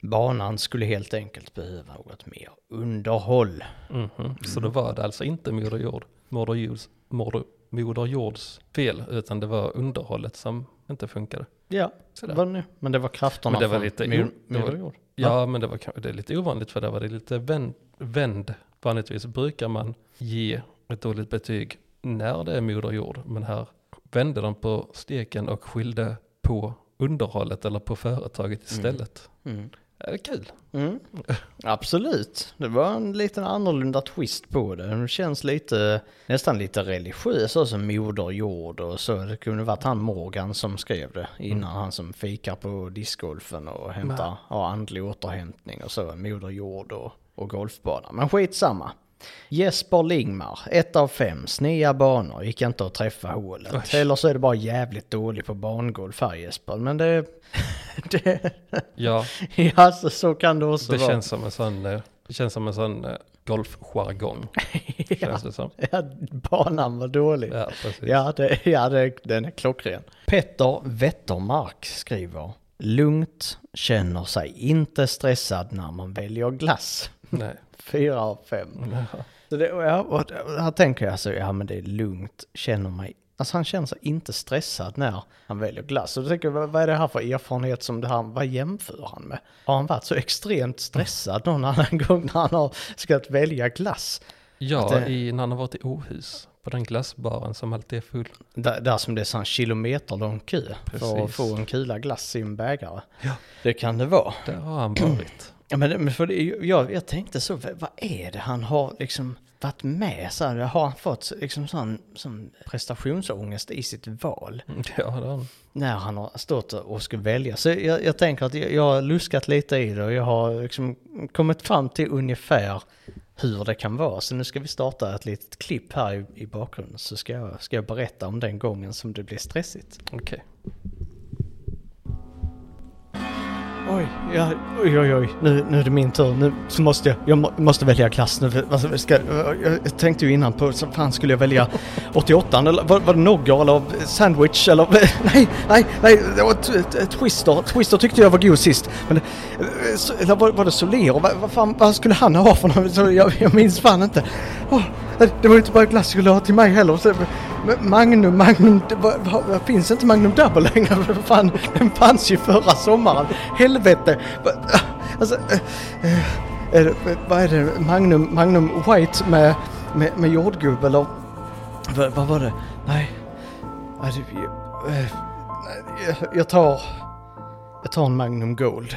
Banan skulle helt enkelt behöva något mer underhåll. Mhm. Så då var det alltså inte Moder Jord, Moder Jords, Moder, Moder Jords fel, utan det var underhållet som inte funkade. Ja, Sådär. vad nu? Men det var krafterna Men det var från lite- Mo- jo, det var- moderjord. Ja, men det, var, kanske- det är lite ovanligt för där var det lite vänd, vänd. Vanligtvis brukar man ge ett dåligt betyg när det är Moder Jord, men här vände de på steken och skilde på underhållet eller på företaget istället. Mm. Ja, det är kul. Mm. Absolut, det var en liten annorlunda twist på det. Den känns lite, nästan lite religiös, så som Moder Jord och så. Det kunde varit han Morgan som skrev det innan han som fikar på discgolfen och hämtar, har andlig återhämtning och så. Moder Jord och, och golfbana. Men skitsamma. Jesper Lingmar, ett av fem, snea banor, gick inte att träffa hålet. Oj. Eller så är det bara jävligt dålig på bangolf här Jesper, men det... <laughs> det Ja, ja, alltså, så kan det också det vara. känns som en sån, eh, det känns som en sån eh, golfjargong. <laughs> ja, Känns det som. ja, banan var dålig. Ja, precis. Ja, det, ja det, den är klockren. Petter Wettermark skriver Lugnt, känner sig inte stressad när man väljer glass. Nej. Fyra av fem. Så det, och jag, och här tänker jag alltså, ja men det är lugnt, känner mig. Alltså han känner sig inte stressad när han väljer glass. Och då tänker jag, vad, vad är det här för erfarenhet som det här, vad jämför han med? Har han varit så extremt stressad någon annan <laughs> gång när han har ska välja glass? Ja, Att det- i, när han har varit i Åhus, på den glassbaren som alltid är full. Där, där som det är sån kilometerlång kö för att Precis. få en kula glass i en bägare. Ja. Det kan det vara. Där har han <clears throat> varit. Ja, men, det- men för det, är ju- jag, jag tänkte så, vad, vad är det han har liksom varit med så här, Har han fått liksom sån, sån prestationsångest i sitt val? Ja, det har han. När han har stått och ska välja. Så jag, jag tänker att jag, jag har luskat lite i det och jag har liksom kommit fram till ungefär hur det kan vara. Så nu ska vi starta ett litet klipp här i, i bakgrunden så ska jag, ska jag berätta om den gången som det blev stressigt. Okej. Oj, ja, oj, oj, oj. Nu, nu är det min tur. Nu så måste jag, jag må, måste välja klass nu. Vad ska- ska, jag, jag tänkte ju innan på, så fan skulle jag välja 88 eller var, var det nogger eller sandwich eller <laughs> nej, nej, nej, det var t- t- twister. Twister tyckte jag var god sist. Men, eh, så- eller var, var det Soler? Vad, vad fan, vad skulle han ha för något? Så Jag, jag minns fan inte. Åh, det var ju inte bara glass jag skulle ha till mig heller. Så, men Magnum, Magnum, det var, var, var, finns inte Magnum Double längre? <laughs> Vad Fan, den fanns ju förra sommaren. Helvete! Va- Alltså, eh, eh, är det, vad är det? Magnum, Magnum White med, med, med jordgubb eller? Vad, vad var det? Nej. Nej, det- jag- eh, nej, jag- Jag tar... Jag tar en Magnum Gold.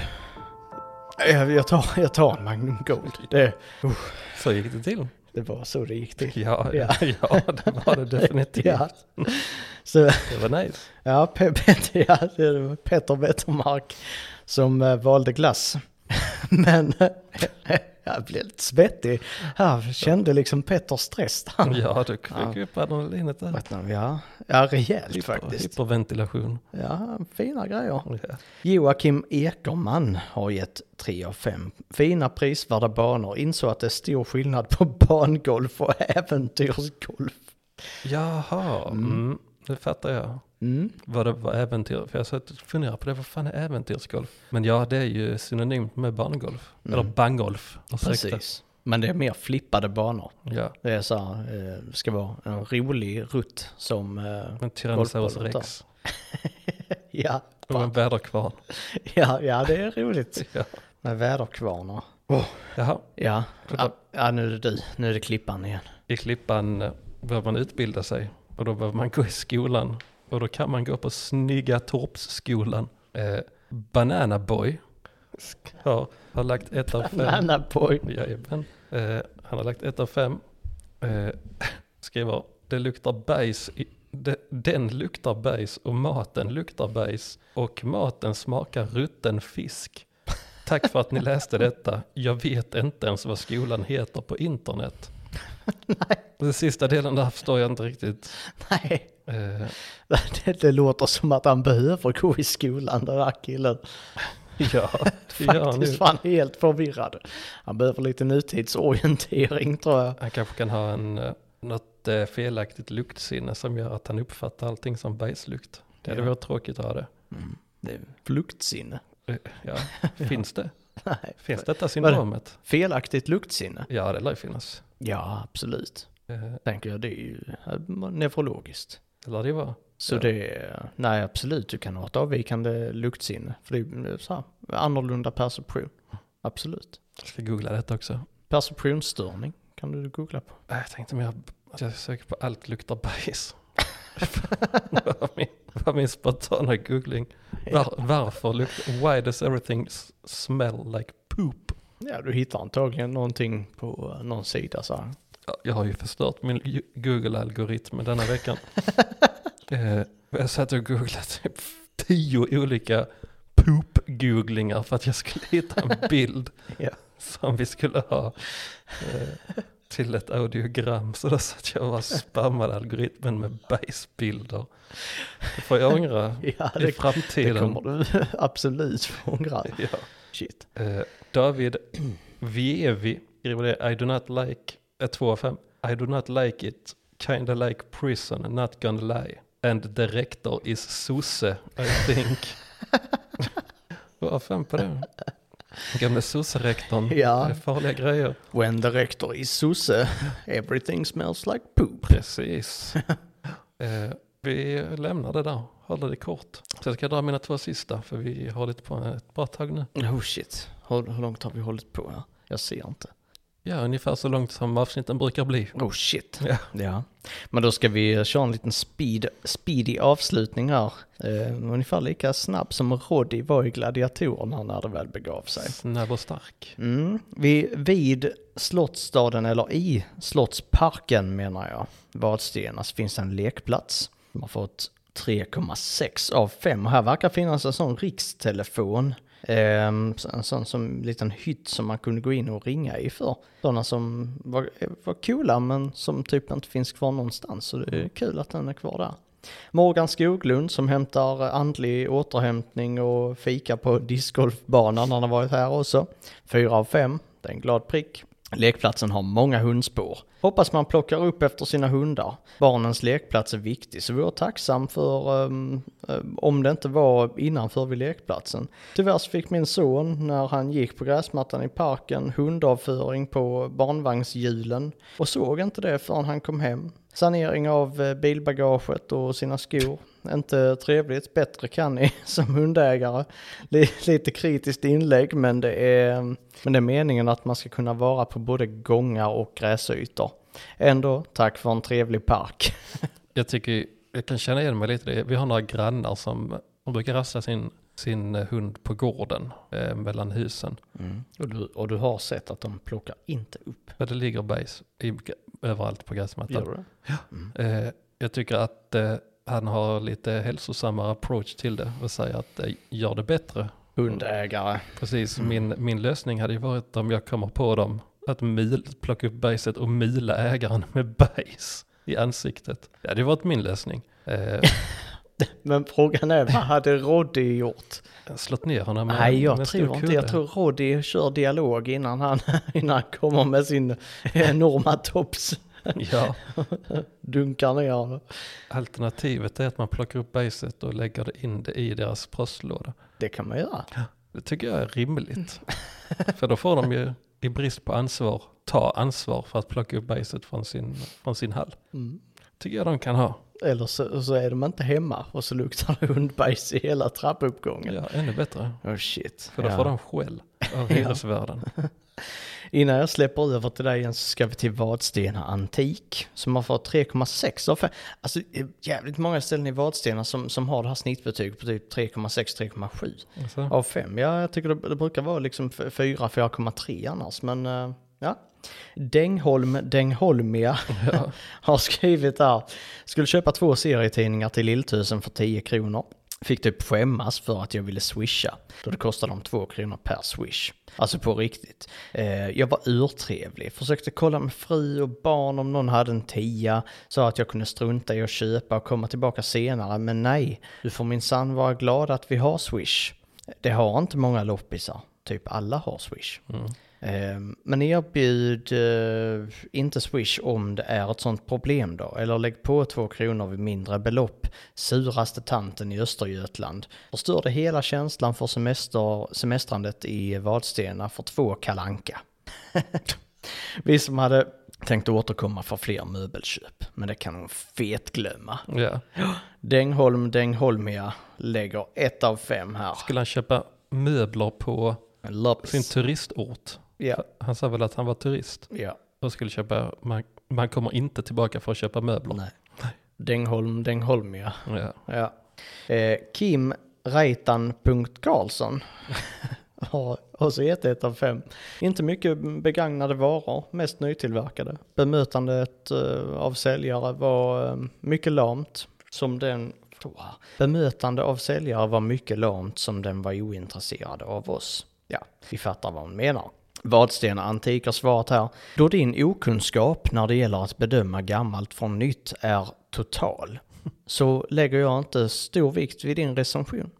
Jag, jag, tar, jag tar en Magnum Gold. Det, Så gick det till. det var så det gick till. <laughs> Ja, Ja. ja. ja, det var det definitivt. <laughs> Ja. Så, Det var nice. Ja, Pe- Peter, ja, det var Peter Wettermark som eh, valde glass. <laughs> Men <laughs> eh, jag blev lite svettig. Här kände liksom Peter stress. Han Ja, du fick upp adrenalinet där. Vet ni, Ja, ja, rejält Hyper, faktiskt. hyperventilation. Ja, fina grejer. Ja. Joakim Ekerman har gett 3 av 5. Fina prisvärda banor, insåg att det är stor skillnad på <laughs> bangolf och äventyrsgolf. Jaha, mm. det fattar jag. Mm. Vad det var äventyr, för jag satt och funderade på det, vad fan är äventyrsgolf? Men ja, det är ju synonymt med barngolf. Eller banggolf, ursäkta. Mm. Precis. Men det är mer flippade banor. Ja, Det är så här, eh, ska vara en rolig rutt som... Eh, en Tyrannosaurus Golfbollen tar. rex <laughs> ja, och en <laughs> väderkvarn. ja, ja, det är roligt. Ja. Med väderkvarnar. Jaha, Ja. ja, ja, nu är det du. Nu är det klippan igen. i Klippan eh, behöver man utbilda sig och då behöver man gå i skolan. Och då kan man gå på snygga Torpsskolan. Eh, Banana Boy har, har lagt ett av fem. Banana boy. Jajamän. Eh, han har lagt ett av fem. Eh, <laughs> skriver, det luktar bajs. I, de, den luktar bajs och maten luktar bajs. Och maten smakar rutten fisk. Tack för att ni <laughs> läste detta. Jag vet inte ens vad skolan heter på <laughs> internet. Den sista delen där förstår jag inte riktigt. Nej, <laughs> Eh, det, det låter som att han behöver gå i skolan den där killen. ja, det gör han Faktiskt, ju. för han är helt förvirrad. Han behöver lite nutidsorientering tror jag. Han kanske kan ha en, eh, något eh, felaktigt luktsinne som gör att han uppfattar allting som bajslukt. Det hade Ja. varit tråkigt att ha Mm, det. Det är fluktsinne. Eh, Ja, <laughs> finns det? <laughs> Nej. Finns detta syndromet? Felaktigt luktsinne? Ja, det lär ju finnas. Ja, absolut. Eh, Tänker jag, det är ju eh, neurologiskt. Det lär det ju vara. Så Ja. det, nej absolut, du kan ha ett avvikande luktsinne. För det är ju så här, annorlunda perception. Absolut. Jag ska googla detta också. Perceptionsstörning kan du <laughs> googla på. Eh, Jag tänkte mer att jag söker på allt luktar bajs. <laughs> Det var min- det var min spontana googling. Var, varför luktar... Why does everything s- smell like poop? Ja, du hittar antagligen någonting på eh, någon sida så <laughs> här. Ja, Jag har ju förstört min ju- Google-algoritm denna <laughs> veckan. Eh, Jag satt och googlade typ tio olika <laughs> poop-googlingar för att jag skulle hitta en bild Ja. som vi skulle ha. Eh, till ett audiogram så där satt jag och bara spammade algoritmen med bajsbilder. Det får jag ångra Ja, i det, det framtiden. kommer du <laughs> absolut få ångra. Ja. Shit. Eh, David <clears throat> Vievi skriver det, I do not like, eh, två av fem. I do not like it, kinda like prison, not gonna lie. And the rector is sosse, I think. <laughs> Två av fem på det. Gamle sosse-rektorn, Ja. det är farliga grejer. When the rector is sosse, everything smells like poop. Precis. <laughs> eh, vi lämnar det där, håller det kort. Sen ska jag dra mina två sista, för vi har lite på ett bra tag nu. Oh shit, hur, hur långt har vi hållit på här? Jag ser inte. Ja, ungefär så långt som avsnitten brukar bli. Oh shit. Ja. Ja. Men då ska vi köra en liten speed, speedy avslutning här. Eh, ungefär lika snabb som Roddy var i Gladiatorerna när det väl begav sig. Snabb och stark. Mm. Vid, vid Slottsstaden, eller i Slottsparken menar jag, Vadstena, så finns det en lekplats. De har fått 3,6 av 5. Här verkar finnas en sån rikstelefon. Ehm, så- en sån som liten hytt som man kunde gå in och ringa i för. Sådana som var, var coola men som typ inte finns kvar någonstans. Så det är kul att den är kvar där. Morgan Skoglund som hämtar andlig återhämtning och fika på discgolfbanan. Han har varit här också. Fyra av fem, det är en glad prick. Lekplatsen har många hundspår. Hoppas man plockar upp efter sina hundar. Barnens lekplats är viktig så vi var tacksam för ehm, ehm, om det inte var innanför vid lekplatsen. Tyvärr så fick min son när han gick på gräsmattan i parken hundavföring på barnvagnshjulen och såg inte det förrän han kom hem. Sanering av eh, bilbagaget och sina skor. Inte trevligt, bättre kan ni <laughs> som hundägare. Li- Lite kritiskt inlägg men det, är, men det är meningen att man ska kunna vara på både gångar och gräsytor. Ändå, tack för en trevlig park. Jag tycker, jag kan känna igen mig lite i det. Vi har några grannar som de brukar rasta sin, sin eh, hund på gården eh, mellan husen. Och, du, och du har sett att de plockar inte upp. För det ligger bajs i, överallt på gräsmattan. du det? Eh, jag tycker att eh, han har lite hälsosammare approach till det och säger att eh, gör det bättre. Hundägare. Precis, Mm. min, min lösning hade ju varit om jag kommer på dem att mil, plocka upp bajset och mila ägaren med bajs i ansiktet. Det hade ju varit min lösning. Eh, <laughs> Men frågan är, vad hade Roddy gjort? slått ner honom med Nej, med jag en stor tror inte. kudde. Jag tror Roddy kör dialog innan han, <laughs> innan han kommer med sin enorma tops. <laughs> Ja, Dunkar ner. alternativet är att man plockar upp bajset och lägger det in det i deras postlåda. Det kan man göra. Det tycker jag är <laughs> rimligt. för då får de ju i brist på ansvar ta ansvar för att plocka upp bajset från sin, från sin hall. Mm. Tycker jag de kan ha. Eller så, så är de inte hemma och så luktar det hundbajs i hela trappuppgången. Ja, ännu bättre. Oh shit. För då Ja. får de skäll <laughs> av hyresvärden. Innan jag släpper över till dig igen så ska vi till Vadstena Antik som har fått 3,6 av 5. Alltså det är jävligt många ställen i Vadstena som, som har det här snittbetyget på typ 3,6-3,7 Alltså, av 5. Ja, jag tycker det, det brukar vara liksom 4-4,3 annars, men eh, ja. Dengholm Dengholmia <laughs> har skrivit här. Skulle köpa två serietidningar till Lilltusen för 10 kronor. Fick typ skämmas för att jag ville swisha. Då det kostade dem 2 kronor per swish. Alltså på riktigt. Eh, jag var urtrevlig. Försökte kolla med fru och barn om någon hade en tia. Sa att jag kunde strunta i att köpa och komma tillbaka senare. Men nej, du får minsann vara glad att vi har swish. Det har inte många loppisar. Typ alla har Swish. Eh, Men erbjud eh, inte Swish om det är ett sånt problem då. Eller lägg på två kronor vid mindre belopp. Suraste tanten i Östergötland. Förstörde hela känslan för semester, semestrandet i Vadstena för två kalanka. <laughs> Vi som hade tänkt återkomma för fler möbelköp. Men det kan hon fetglömma. ja. Dengholm Dengholmia lägger ett av fem här. Skulle han köpa möbler på Loppis. sin turistort? Ja, Han sa väl att han var turist ja. och skulle köpa, man, man kommer inte tillbaka för att köpa möbler. Nej. Dengholm, Dengholm ja. Ja. ja. Eh, Kim Reitan.Karlsson har också gett ett av fem. Inte mycket begagnade varor, mest nytillverkade. Bemötandet eh, av säljare var eh, mycket lamt, som den... Bemötande av säljare var mycket lamt som den var ointresserad av oss. Ja, vi fattar vad hon menar. Vadstena Antik har svarat här. Då din okunskap när det gäller att bedöma gammalt från nytt är total så lägger jag inte stor vikt vid din recension.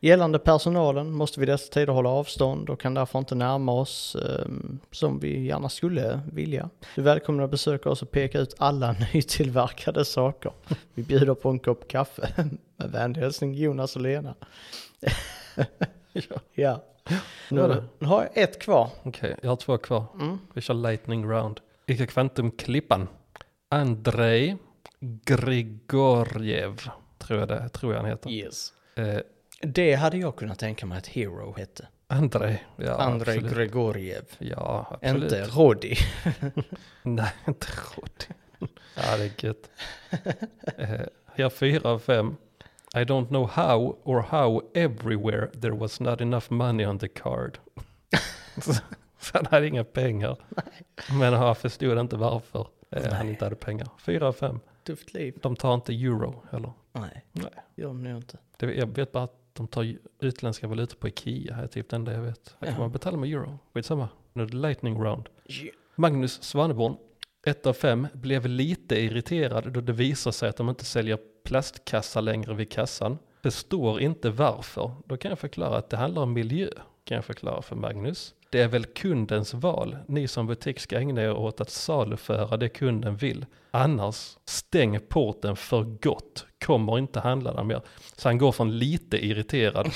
Gällande personalen måste vi i dessa tider hålla avstånd och kan därför inte närma oss ehm, som vi gärna skulle vilja. Du är välkommen att besöka oss och peka ut alla <laughs> nytillverkade saker. Vi bjuder på en kopp kaffe. <laughs> Med vänlig hälsning Jonas och Lena. <laughs> ja. Nu, har- nu har jag ett kvar. Okej, jag har två kvar. Mm. Vi kör lightning round. Ica Kvantum-klippan. Andrei Grigorjev, tror jag, det, tror jag han heter. Yes. Eh, Det hade jag kunnat tänka mig att Hero hette. Andrei, ja Andrei absolut. Gregoriev. Ja, absolut. Inte Roddy. <laughs> Nej, inte Roddy. ja, det är gött. Eh, jag fyra av fem. I don't know how or how everywhere there was not enough money on the card. <laughs> så, så han hade inga pengar. Men han förstod inte varför eh, han Nej. inte hade pengar. Fyra av fem. Tufft liv. De tar inte euro heller. Nej, Nej. gör de nog inte. Det, jag vet bara att de tar ju- utländska valutor på Ikea. Det är typ det enda jag vet. Här kan Ja. man betala med euro. Skitsamma. Nu är det lightning round. Magnus Svaneborn, 1 av 5, blev lite irriterad då det visar sig att de inte säljer plastkassar längre vid kassan. Förstår inte varför. Då kan jag förklara att det handlar om miljö. Kan jag förklara för Magnus. Det är väl kundens val. Ni som butik ska ägna er åt att saluföra det kunden vill. Annars, stäng porten för gott. Kommer inte handla där mer. Så han går från lite irriterad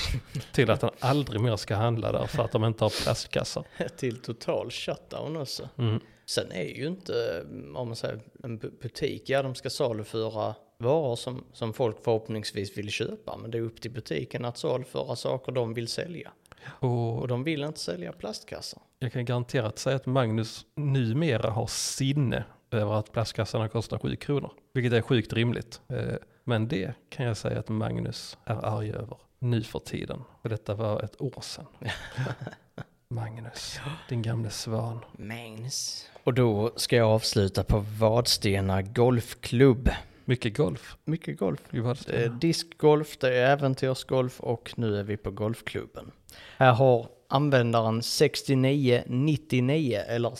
till att han aldrig mer ska handla där för att de inte har plastkassar. <laughs> Till total shutdown också. Mm. Sen är ju inte, eh, om man säger en bu- butik, ja de ska saluföra varor som, som folk förhoppningsvis vill köpa. Men det är upp till butiken att saluföra saker de vill sälja. Och Och de vill inte sälja plastkassar. Jag kan garanterat säga att Magnus numera har sinne över att plastkassarna kostar 7 kronor, vilket är sjukt rimligt. Eh, Men det kan jag säga att Magnus är arg över nu för tiden. För detta var ett år <laughs> sedan. Magnus, din gamle svan. Magnus. Och då ska jag avsluta på Vadstena Golfklubb. Mycket golf Mycket golf. i Det är Vadstena. diskgolf, det är äventyrsgolf och nu är vi på golfklubben. Här har användaren 6999 eller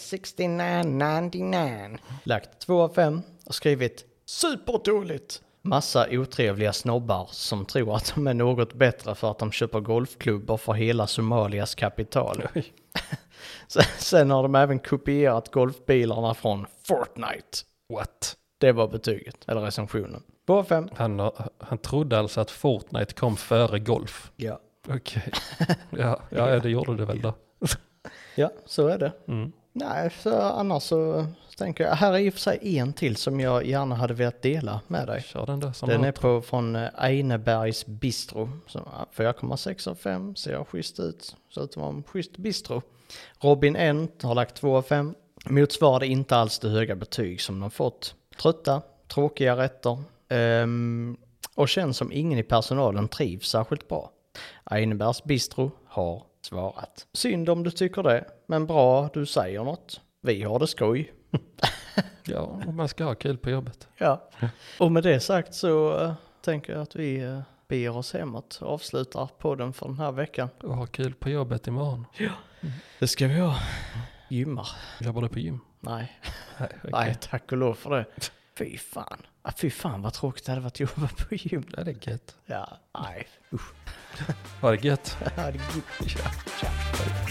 6999 lagt 2 av 5 och skrivit superdåligt. Massa otrevliga snobbar som tror att de är något bättre för att de köper golfklubbor för hela Somalias kapital. Oj. <laughs> Sen- Sen har de även kopierat golfbilarna från Fortnite. What? Det var betyget, eller recensionen. 2 av 5. Han, har- han trodde alltså att Fortnite kom före golf. Ja. Okej. <laughs> Ja, ja, det gjorde det väl då. Ja, så är det. Mm. Nej, så annars så tänker jag, här är i och för sig en till som jag gärna hade velat dela med dig. Kör den där som Den han är på, från eh, Einebergs Bistro. Så, ja, 4,6 av 5, ser schysst ut. Ser ut att vara en schysst bistro. Robin N har lagt 2 av 5. Motsvarade inte alls det höga betyg som de fått. Trötta, tråkiga rätter. ehm, och känns som ingen i personalen trivs särskilt bra. Einebergs Bistro har svarat. Synd om du tycker det, men bra du säger något. Vi har det skoj. Ja, man ska ha kul på jobbet. Ja. Och med det sagt så eh, tänker jag att vi uh, beger oss hemåt och avslutar podden för den här veckan. Och ha kul på jobbet imorgon. Det ska vi ha. Gymmar? Jobbar du på gym? Nej. Nej, okej. Nej, tack och lov för det. Fy fan. Ah, Fy fan vad tråkigt det hade varit att jobba på gym. Ja, det är gött. Ja, nej. <laughs> Usch. Ha det gött. Ja, det är gud. Ja. Tja.